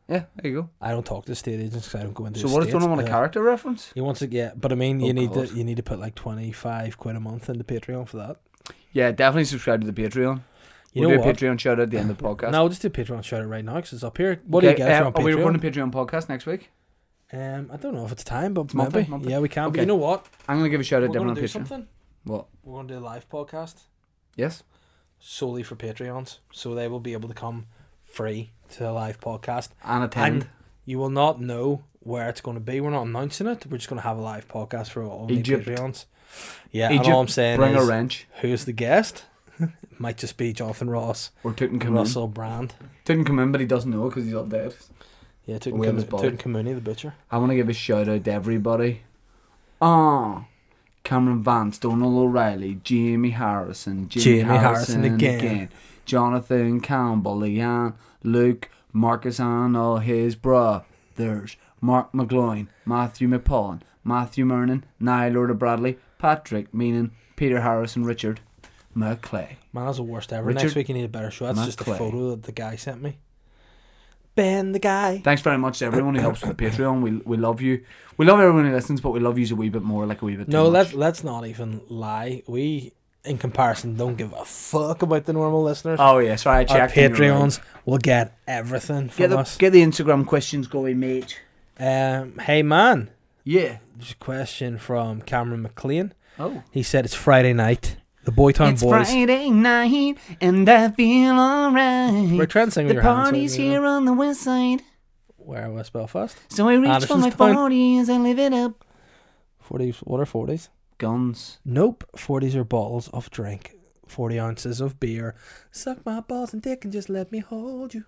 Yeah, there you go.
I don't talk to estate agents 'cause I don't go into.
So what is
estates.
going on with a
Uh,
character reference?
He wants to get, but I mean, you
Oh,
need
God.
to you need to put like twenty five quid a month into Patreon for that.
Yeah, definitely subscribe to the Patreon.
You
we'll
know
do a
what?
Patreon shout out at the end of the podcast.
No, we'll just do Patreon shout out right now because it's up here. What
Okay,
do you get
uh,
from
Are we
Patreon?
recording a Patreon podcast next week?
Um, I don't know if it's time, but
monthly,
maybe.
monthly.
Yeah, we can. But
Okay.
you know what?
I'm gonna give a shout
We're
out to
going
everyone
to
on
do
Patreon.
something.
What?
We're going to do a live podcast
Yes.
solely for Patreons, so they will be able to come free to a live podcast.
And attend.
And you will not know where it's going to be. We're not announcing it. We're just going to have a live podcast for all the
Egypt.
Patreons. Yeah, and all I'm saying
bring a
is,
wrench.
who's the guest? it might just be Jonathan Ross,
Or Tutankhamun.
Russell Brand.
Tutankhamun, come in, but he doesn't know because he's all dead.
Yeah,
We have his
Tutankhamun,
body.
Tutankhamun, the butcher.
I want to give a shout out to everybody. Ah, Cameron Vance, Donald O'Reilly, Jamie Harrison, Jamie,
Jamie Harrison again.
Jonathan Campbell, Leanne, Luke, Marcus, and all his brothers, Mark McGloin, Matthew McPaulin, Matthew Mernon, Niall Lord Bradley, Patrick, meaning Peter Harrison, Richard McClay.
Man, that's the worst ever. Next
Richard
week you need a better show. That's just a
McClay.
photo that the guy sent me. Ben, the guy.
Thanks very much to everyone who helps with Patreon. We we love you. We love everyone who listens, but we love you a wee bit more, like a wee bit.
No,
too much.
let's let's not even lie. We, in comparison, don't give a fuck about the normal listeners.
Oh yeah, sorry, I
Our
checked. and you're right.
Patreons will get everything from
Get the,
us.
get the Instagram questions going, mate.
Um, hey man,
Yeah.
there's a question from Cameron McLean.
Oh.
He said it's Friday night. The Boytown Boys.
Friday night and I feel alright.
We're trying to sing with your hands, so you know.
on the west side.
Where was Belfast?
So I
Anderson's fine.
forties and live it up.
Forties. What are forties?
Guns.
Nope. Forties are bottles of drink. Forty ounces of beer. Suck my balls and dick and just let me hold you.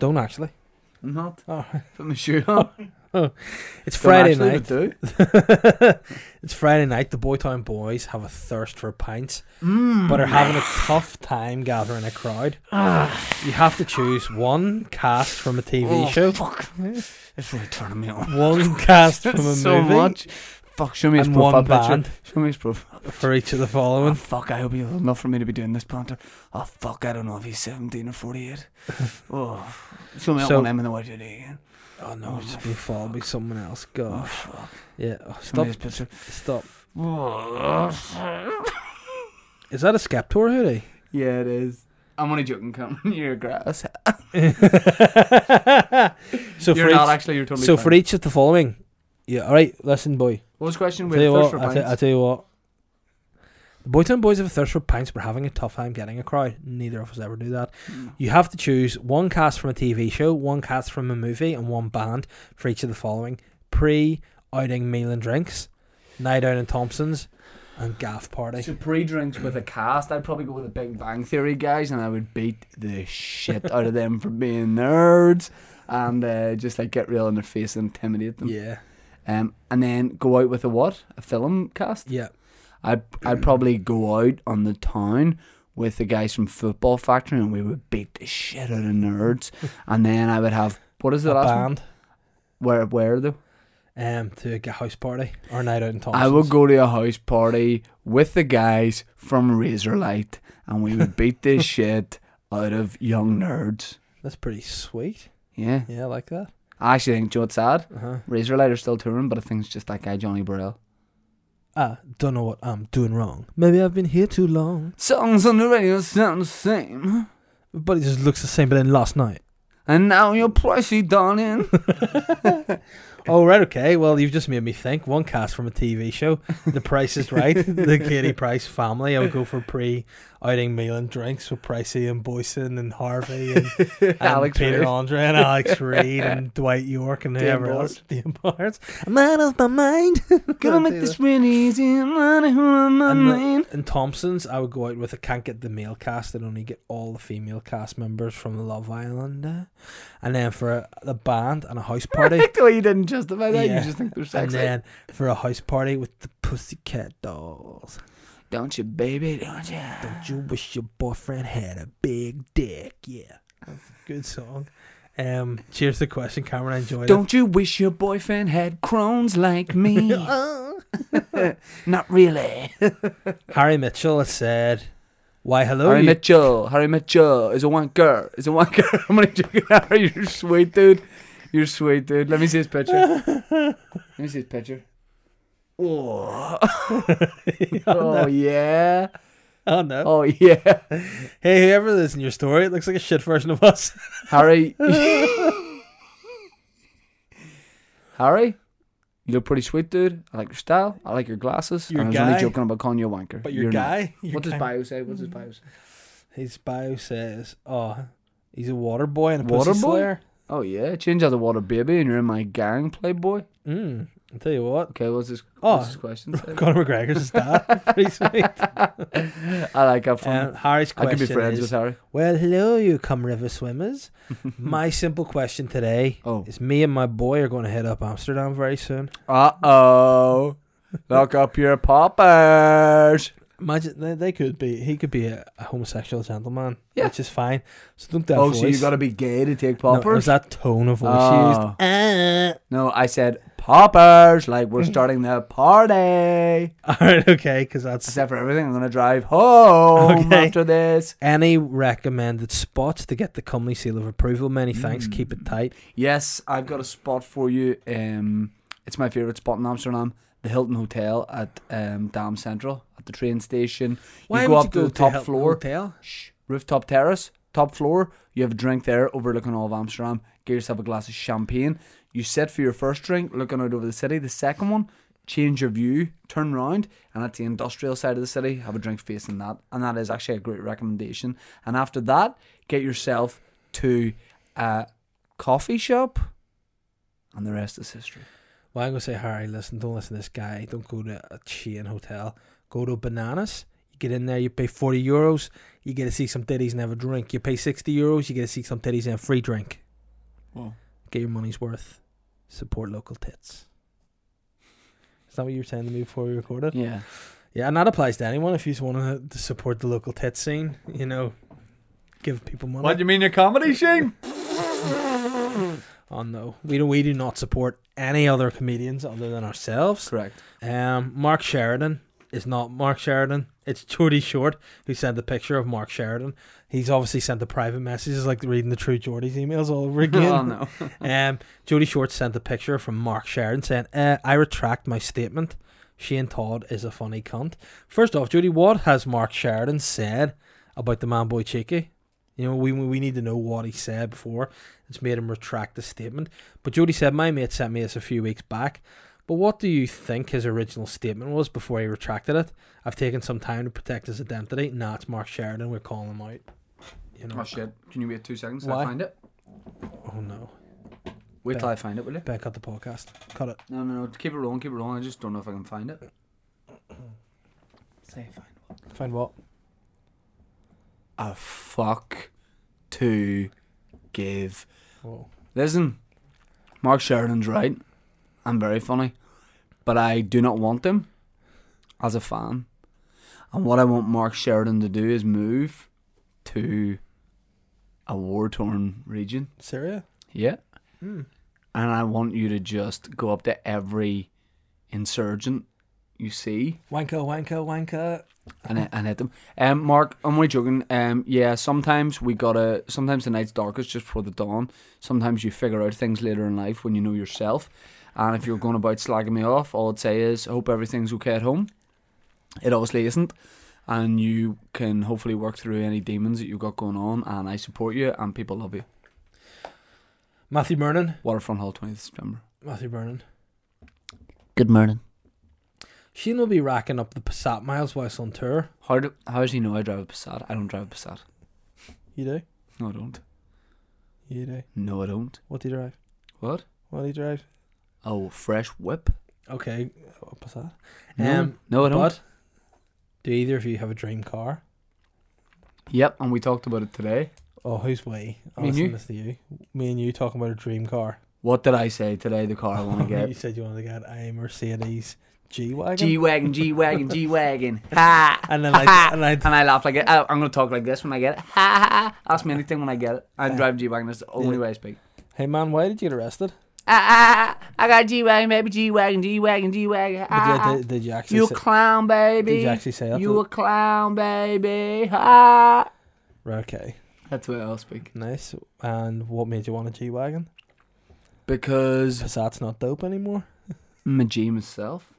Don't actually.
I'm not.
All right.
Put my shoe on.
It's
Don't
Friday
actually,
night.
but do.
it's Friday night. The Boytown boys have a thirst for pints,
Mm.
but are having a tough time gathering a crowd. you have to choose one cast from a TV
Ah. Oh,
show,
fuck. It's really turning me on.
one cast from a
so
movie,
much. Fuck, show me his
and
profile
one
picture.
band
Show me his profile.
for each of the
Oh,
following.
fuck, I hope he's old enough for me to be doing this banter. Oh, fuck, I don't know if he's 17 or 48. oh, show me
So-
so, one M in the white today again.
Oh no, it's just been followed by someone else.
Oh,
Gosh,
fuck.
yeah. Oh,
Show
stop,
me his picture.
stop.
yeah,
Is that a Skeptor hoodie?
it is. I'm only joking, Cameron. You're grass.
so
You're
for
not
each,
actually. You're totally.
so
fine.
for each of the following. Yeah. All right. Listen, boy.
what was the question?
I tell,
We
you
have thirst
what,
for
I, tell, I
pints.
tell you what. The Boytown Boys have a thirst for pints, but having a tough time getting a crowd. Neither of us ever do that.
Hmm.
You have to choose one cast from a TV show, one cast from a movie, and one band for each of the following pre outing meal and drinks, night out in Thompson's, and gaff party.
So pre drinks with a cast, I'd probably go with the Big Bang Theory guys, and I would beat the shit out of them for being nerds, and uh, just like get real in their face and intimidate them.
Yeah,
Um, and then go out with a what? A film cast.
yeah.
I'd
Mm.
I'd probably go out on the town with the guys from Football Factory, and we would beat the shit out of nerds, and then I would have what is the
A
last one?
band
Where where though?
um, to a house party or a night out in Thompson's.
I would go to a house party with the guys from Razorlight, and we would beat this shit out of young nerds.
That's pretty sweet.
Yeah,
Yeah, I like that.
I actually think Joe it's sad.
Uh-huh.
Razorlight are still touring, but I think it's just that guy Johnny Burrell.
I Ah, don't know what I'm doing wrong. Maybe I've been here too long.
Songs on the radio sound the same,
But it just looks the same. But then last night.
and now you're pricey, darling.
Oh right, okay. Well, you've just made me think. One cast from a TV show, The Price is Right, the Katie Price family. I would go for pre-outing meal and drinks with Pricey and Boyson and Harvey and, and
Alex
Peter
Reed.
Andre and Alex Reed and Dwight York and whoever
Barnes.
else. Dan Barnes. I'm out of my mind.
Gonna make this real easy, money, money,
And,
money.
the, and Thompson's, I would go out with. I can't get the male cast. I'd only get all the female cast members from Love Island. uh, And then for a, a band and a house party.
Like the way you didn't justify that,
Yeah.
you just think they're
And
sexy.
then for a house party with the Pussycat Dolls.
don't you, baby? Don't you?
Don't you wish your boyfriend had a big dick? Yeah. That's a good song. Um, cheers to the question, Cameron. I enjoyed it.
Don't you wish your boyfriend had crones like me? Not really.
Harry Mitchell has said, Why hello?
Harry
you-
Mitchell. Harry Mitchell is a wanker. Is a wanker. I'm gonna joke. Harry, you're sweet, dude. You're sweet, dude. Let me see his picture. Let me see his picture. Oh, oh yeah.
oh, no.
Oh yeah.
Hey, whoever this in your story, it looks like a shit version of us.
Harry. Harry, you look pretty sweet, dude. I like your style. I like your glasses.
You're
and I was
guy.
only joking about calling you a wanker.
But your
You're not.
guy, your
What's his
guy-
bio say? What's his bio say?
his bio says, Oh, he's a water boy and a
Water
pussy
boy?
slayer.
Oh yeah, change out the water, baby, and you're in my gang, playboy.
Mm, I'll tell you what.
Okay, what's this?
Oh.
What's this question? say?
Conor McGregor's his dad. Pretty sweet.
I like how fun.
Um, Harry's
I
question
could be friends
is,
with Harry.
Well, hello, you come river swimmers. my simple question today
Oh.
is me and my boy are going to head up Amsterdam very soon.
Uh oh, lock up your poppers.
Imagine they, they could be, he could be a, a homosexual gentleman,
Yeah.
which is fine. So don't that
Oh,
voice.
so you gotta be gay to take
no, it was
poppers?
that tone of voice
Oh.
used. Uh.
No, I said poppers, like we're starting the party.
All right, okay, because that's
Except for everything, I'm gonna drive home
Okay.
after this.
any recommended spots to get the comely seal of approval. Many thanks. Keep it tight.
Yes, I've got a spot for you. Um, it's my favorite spot in Amsterdam, the Hilton Hotel at um, Dam Central, at the train station. you go up to the top floor,
Hotel?
Shh, rooftop terrace, top floor. You have a drink there, overlooking all of Amsterdam. Get yourself a glass of champagne. You sit for your first drink, looking out over the city. The second one, change your view, turn round, and at the industrial side of the city, have a drink facing that. And that is actually a great recommendation. And after that, get yourself to a coffee shop, and the rest is history.
Well, I'm gonna say, Harry, listen, don't listen to this guy. Don't go to a chain hotel. Go to Bananas. You get in there, you pay 40 euros, you get to see some titties and have a drink. You pay 60 euros, you get to see some titties and a free drink.
Wow.
Get your money's worth. Support local tits. Is that what you were saying to me before we recorded?
Yeah.
Yeah, and that applies to anyone. If you just want to support the local tit scene, you know, give people money.
you mean your comedy, Shane?
Oh no, we do we do not support any other comedians other than ourselves.
Correct.
Um, Mark Sheridan is not Mark Sheridan. It's Jordy Short who sent the picture of Mark Sheridan. He's obviously sent the private messages like reading the True Jordy's emails all over again.
Oh no.
Um, Jody Short sent a picture from Mark Sheridan saying, uh, I retract my statement. Shane Todd is a funny cunt. First off, Jody, what has Mark Sheridan said about the man boy cheeky? You know, we we need to know what he said before it's made him retract the statement. But Jody said, My mate sent me this a few weeks back. But what do you think his original statement was before he retracted it? I've taken some time to protect his identity. Nah, it's Mark Sheridan. We're calling him out. You know.
Oh shit. Can you wait two seconds?
Why?
I find it.
Oh no.
Wait till I find it, will you?
Beck cut the podcast. Cut it.
No, no, no. Keep it rolling, keep it rolling. I just don't know if I can find it. Say find what?
Find what?
A fuck to give.
Whoa.
Listen, Mark Sheridan's right. I'm very funny. But I do not want him as a fan. And what I want Mark Sheridan to do is move to a war torn region.
Syria?
Yeah. And I want you to just go up to every insurgent you see
Wanker, wanker, wanker.
and hit, and hit them. Um, Mark, I'm only joking. Um, yeah, sometimes we gotta. Sometimes the night's darkest just before the dawn. Sometimes you figure out things later in life when you know yourself. And if you're going about slagging me off, all I'd say is, hope everything's okay at home. It obviously isn't. And you can hopefully work through any demons that you've got going on. And I support you, and people love you.
Matthew Vernon.
Waterfront Hall, 20th September.
Matthew Vernon.
Good morning.
Sheen will be racking up the Passat miles whilst on tour.
How, do, how does he know I drive a Passat? I don't drive a Passat.
You do?
No, I don't.
You do.
No, I don't.
What do you drive?
What?
What do you drive?
Oh, fresh whip. Um,
Okay, a Passat.
No, no, I don't.
But Um, do either of you have a dream car?
Yep, and we talked about it today.
Oh, who's we? I'm
Me and you.
listening this to you. Me and you talking about a dream car.
What did I say today? The car I want to
you
get.
said you wanted to get a Mercedes G wagon.
G wagon, G wagon, G wagon. Ha!
And then I-
Ha!
and I-
and I laugh like it. I, I'm gonna talk like this when I get it. Ha! ha, ha. Ask me anything when I get it. I drive G wagon. That's the only way I speak.
Hey man, why did you get arrested?
Ah, ah, ah, I got G wagon, baby. G wagon, G wagon, G wagon.
Did
Ah,
you,
ah.
did, did you actually?
you a
say-
clown, baby.
Did you actually say that
You
to-
a clown, baby. Ah.
Right, okay,
That's the way I'll speak.
nice. And what made you want a G wagon?
Because
Passat's not dope anymore.
I'm a G myself.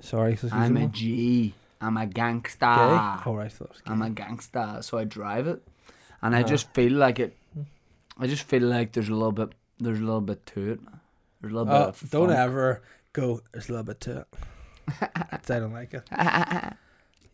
Sorry, so
I'm a
using
G. ah. I'm a gangster.
one. Gay? Oh, right, so that was gay.
I'm a gangster, so I drive it, and
Uh-huh.
I just feel like it. I just feel like there's a little bit, there's a little bit to it. There's a little
Oh,
bit. Of
don't
funk.
ever go. There's a little bit to it. uh, I don't like it.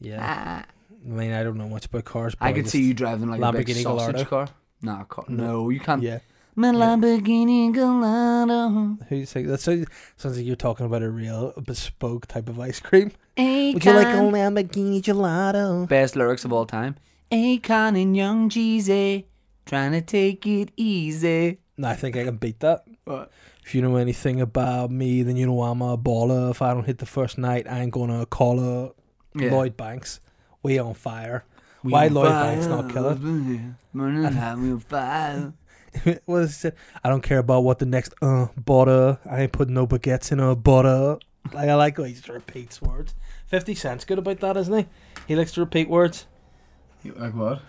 Yeah. I mean, I don't know much about cars. But
I could
just-
see you driving like a big
Lamborghini
sausage
Gallardo.
car. Nah, car. No, you can't.
Yeah.
My Lamborghini Gallardo.
Who you think? That sounds, sounds like you're talking about a real bespoke type of ice cream.
Akon.
Would you like a Lamborghini gelato?
Best lyrics of all time. Akon and Young Jeezy, trying to take it easy.
No, I think I can beat that.
What?
If you know anything about me, then you know I'm a baller. If I don't hit the first night, I ain't gonna call her
Yeah.
Lloyd Banks. We on fire. Why Lloyd Banks not kill it?
Morning, I'm on fire.
what is it? I don't care about what the next uh butter. I ain't putting no baguettes in a butter. Like I like how he just repeats words. Fifty Cent's good about that, isn't he? He likes to repeat words.
Like what?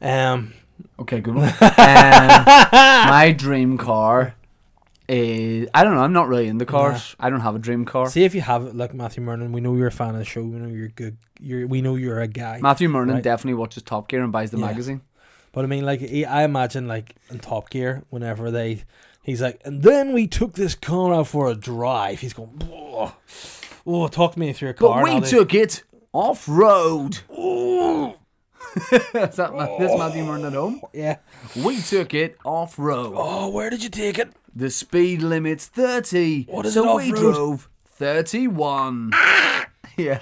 Um,
Okay, good one. um, my dream car is I don't know. I'm not really into cars. I don't have a dream car.
see if you have it, like Matthew Mernon. We know you're a fan of the show. We know you're good. You're we know you're a guy.
Matthew Mernon
Right.
definitely watches Top Gear and buys the
Yeah.
magazine.
But I mean, like, he, I imagine, like, in Top Gear, whenever they, he's like, and then we took this car out for a drive. He's going, oh, oh talk me through a car.
But we
and I'll do-
took it off road. is that Ma- this Matthew Mernon at home?
yeah.
We took it off road.
Oh, where did you take it?
The speed limit's thirty.
What is
so
it
we
off-road?
drove thirty-one. yeah,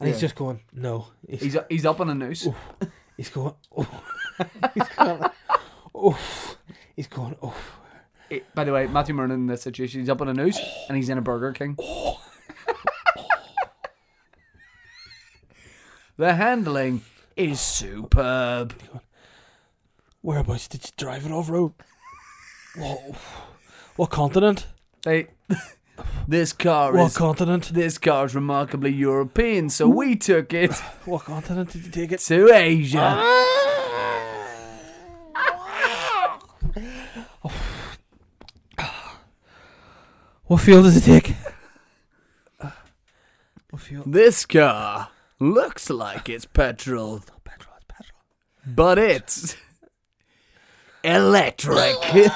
And he's just going, no. He's,
he's he's up on a noose.
he's going, oh. he's going, oh. He's going, oh.
It- by the way, Matthew Mernon in this situation, he's up on a noose and he's in a Burger King. the handling is superb.
Whereabouts did you drive it off road? Whoa. What continent?
They, this car
What
is
continent?
this car is remarkably European, so we took it
What continent did you take it?
to Asia.
What field does it take? What field?
This car looks like it's petrol,
Petrol, it's petrol.
but it's electric.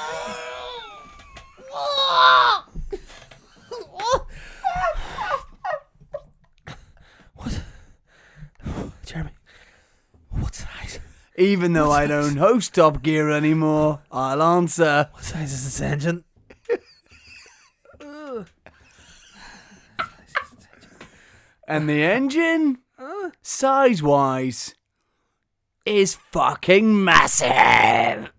Jeremy, what size?
Even though I don't host Top Gear anymore, I'll answer.
What size is this engine?
And the engine, size wise, is fucking massive.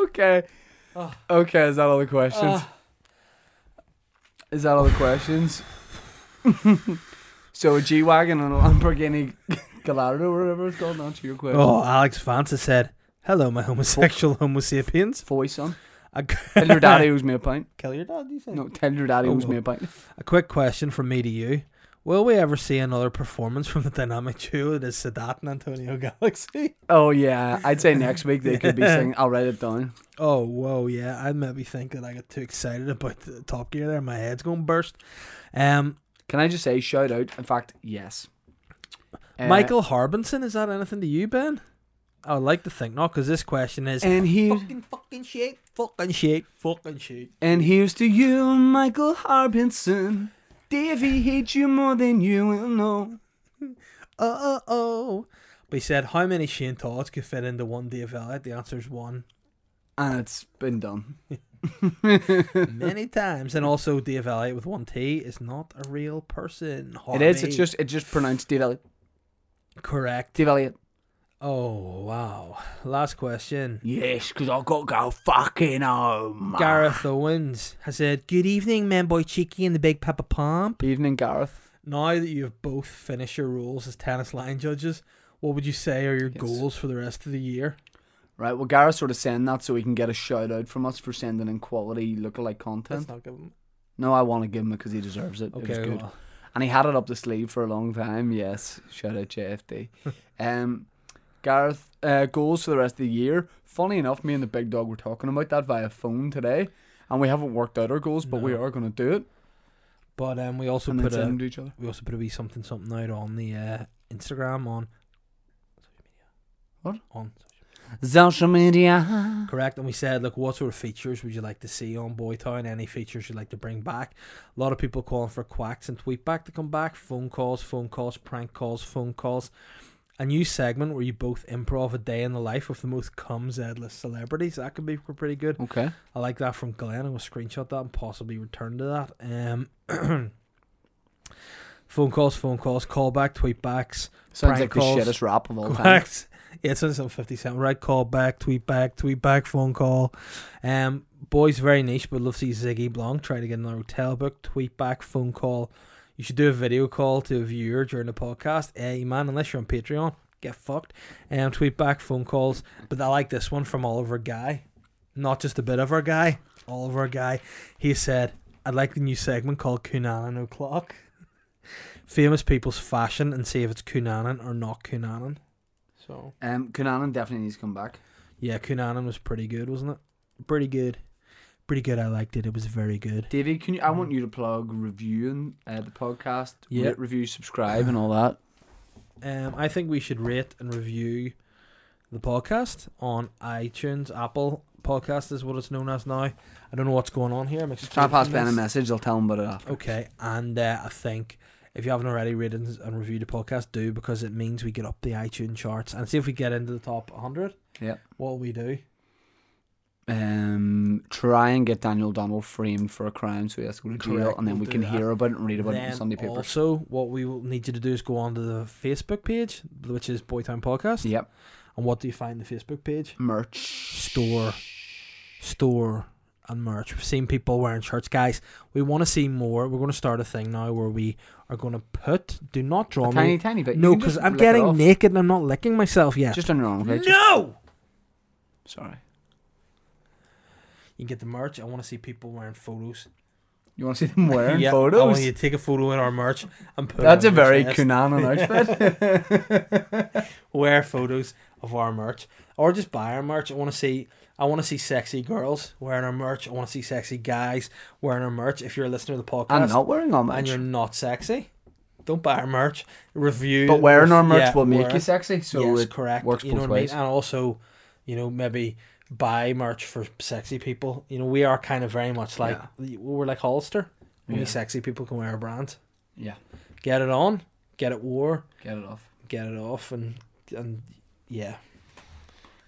Okay. Okay, is that all the
Ah.
questions? Is that all the questions? so a G Wagon and a Lamborghini Gallardo or whatever it's called, not your question.
Oh, Alex Francis said, "Hello, my homosexual homo sapiens."
Voice son.
A g-
Tell your daddy owes me a pint.
Kill your dad, you say?
No, tell your daddy owes me a pint.
A quick question from me to you: Will we ever see another performance from the dynamic duo that is Sadat and Antonio Galaxy?
Oh yeah, I'd say next week they could be singing. I'll write it down.
Oh, whoa, yeah. I maybe think that I got too excited about the Top Gear there. My head's going to burst. Um,
Can I just say shout out? In fact, yes. Uh,
Michael Harbinson, is that anything to you, Ben? I would like to think not, because this question is
and here
fucking fucking shit, fucking shit, fucking shit.
and here's to you, Michael Harbinson. Davey hates you more than you will know.
Uh oh, oh. But he said, how many Shane Todds could fit into one Dave Elliott? The answer is one.
And it's been done.
Many times. And also, Dave Elliott with one T is not a real
It
person.
is.
Harvey.
It's just. It's just pronounced Dave Elliott.
Correct.
Dave Elliott.
Oh, wow. Last question.
Yes, because I got to go fucking home.
Gareth Owens has said, Good evening, man boy Cheeky and the Big Papa Pump.
Evening, Gareth.
Now that you have both finished your roles as tennis line judges, what would you say are your goals for the rest of the year?
Right. Well, Gareth sort of saying that so he can get a shout out from us for sending in quality lookalike content.
not good.
No, I want to give him it because he deserves it. it was
Okay,
good.
well.
And he had it up the sleeve for a long time. Yes. Shout out JFD. um, Gareth, uh, goals for the rest of the year. Funny enough, me and the big dog were talking about that via phone today. And we haven't worked out our goals, but we are going to do it.
But um, we also
and then
put
send them to
a
each other.
we also put a wee something something out on the uh, Instagram on
What?
on
Social media.
correct, and we said, look, what sort of features would you like to see on Boytown? Any features you'd like to bring back? A lot of people calling for quacks and tweetback to come back. Phone calls, phone calls, prank calls, phone calls. A new segment where you both improv a day in the life of the most cum zedless celebrities. That could be pretty good.
Okay.
I like that from Glenn. I will screenshot that and possibly return to that. Um, phone calls, phone calls, callback, tweetbacks.
Sounds
prank
like
calls,
the shittest rap of all time.
Correct. Yeah, it sounds like 50 Cent. Right, call back, tweet back, tweet back, phone call. Um, boys, very niche, but love to see Ziggy Blanc try to get another hotel book, tweet back, phone call. You should do a video call to a viewer during the podcast. Hey, man, unless you're on Patreon, get fucked. Um, tweet back, phone calls. But I like this one from Oliver Guy. Not just a bit of our guy, Oliver Guy. He said, I'd like the new segment called Cunanan O'Clock. Famous people's fashion and see if it's Cunanan or not Cunanan. So
Um, Cunanan definitely needs to come back.
yeah, Cunanan was pretty good, wasn't it? Pretty good, pretty good. I liked it. It was very good.
Davey, can you? I want you to plug reviewing uh, the podcast.
Yeah.
Rate, review, subscribe, and all that.
Um, I think we should rate and review the podcast on iTunes, Apple Podcast is what it's known as now. I don't know what's going on here. I'm
Try to pass
experiencing
Ben a
this.
message. I'll tell him about it after.
Okay, and uh, I think if you haven't already rated and reviewed the podcast, do because it means we get up the iTunes charts and see if we get into the top 100.
Yeah.
What will we do?
Um, try and get Daniel Donald framed for a crime, so he has to go to jail,
Correct,
and then
we'll
we
do
can
that.
hear about it and read about it in the
Then
Sunday papers.
Also, what we will need you to do is go onto the Facebook page, which is Boytown Podcast.
Yep.
And what do you find in the Facebook page?
Merch.
Store, store, and merch. We've seen people wearing shirts, guys. We want to see more. We're going to start a thing now where we are going to put. Do not draw
A
me.
tiny, tiny bit. You
no,
can just
because I'm
lick it off.
getting naked and I'm not licking myself yet.
Just on your own. Okay? Just-
no.
Sorry.
You get the merch. I want to see people wearing photos.
You want to see them wearing
Yeah, I want
photos?
you to take a photo in our merch and put. it
That's a
on your
very
chest.
Cunanan outfit.
wear photos of our merch or just buy our merch. I want to see I want to see sexy girls wearing our merch. I want to see sexy guys wearing our merch. If you're a listener to the podcast
I'm not wearing all
and
merch.
you're not sexy, don't buy our merch. Review
But wearing our merch
yeah,
will make
wear
you
it.
sexy, so
yes,
it
correct.
works
you
both
know what
ways.
I mean? Uh, And also, you know, maybe buy merch for sexy people. You know, we are kind of very much like we're like Hollister. Only
Yeah.
sexy people can wear our brand.
Yeah.
Get it on, get it wore,
Get it off.
get it off, and and yeah.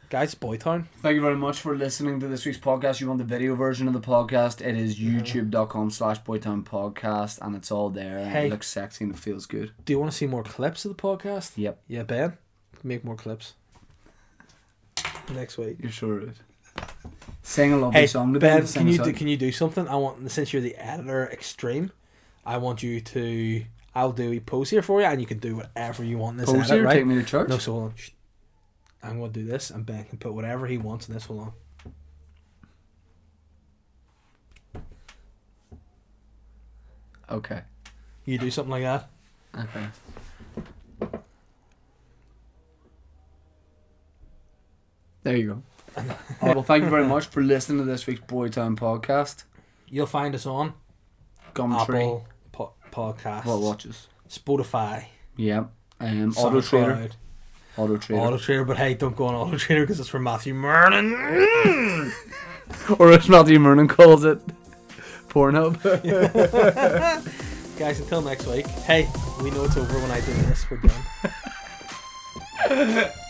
Guys, Boytown.
Thank you very much for listening to this week's podcast. You want the video version of the podcast? It is youtube.com slash boytown podcast and it's all there. and
Hey.
It looks sexy and it feels good.
Do you want to see more clips of the podcast?
Yep.
Yeah, Ben. Make more clips. Next week.
You're sure of it. Sing a lovely
Hey,
song to
Ben,
them, sing
can
us
you
out.
do, can you do something? I want since you're the editor extreme, I want you to. I'll do a pose here for you, and you can do whatever you want. In this
Pose
edit,
here,
right?
take me to church?
No, so hold on. Shh. I'm gonna do this, and Ben can put whatever he wants in this. Hold on.
Okay.
You do something like that.
Okay. There you go. Uh, well, thank you very much for listening to this week's Boytown podcast.
You'll find us on
Gumtree.
Apple po- Podcasts,
Well, watches.
Spotify,
Yeah. Um, Auto Trader.
SoundCloud,
Auto Trader.
Auto Trader. But hey, don't go on Auto Trader because it's for Matthew Mernon.
or as Matthew Mernon calls it, Pornhub.
Guys, until next week. Hey, we know it's over when I do this. We're done.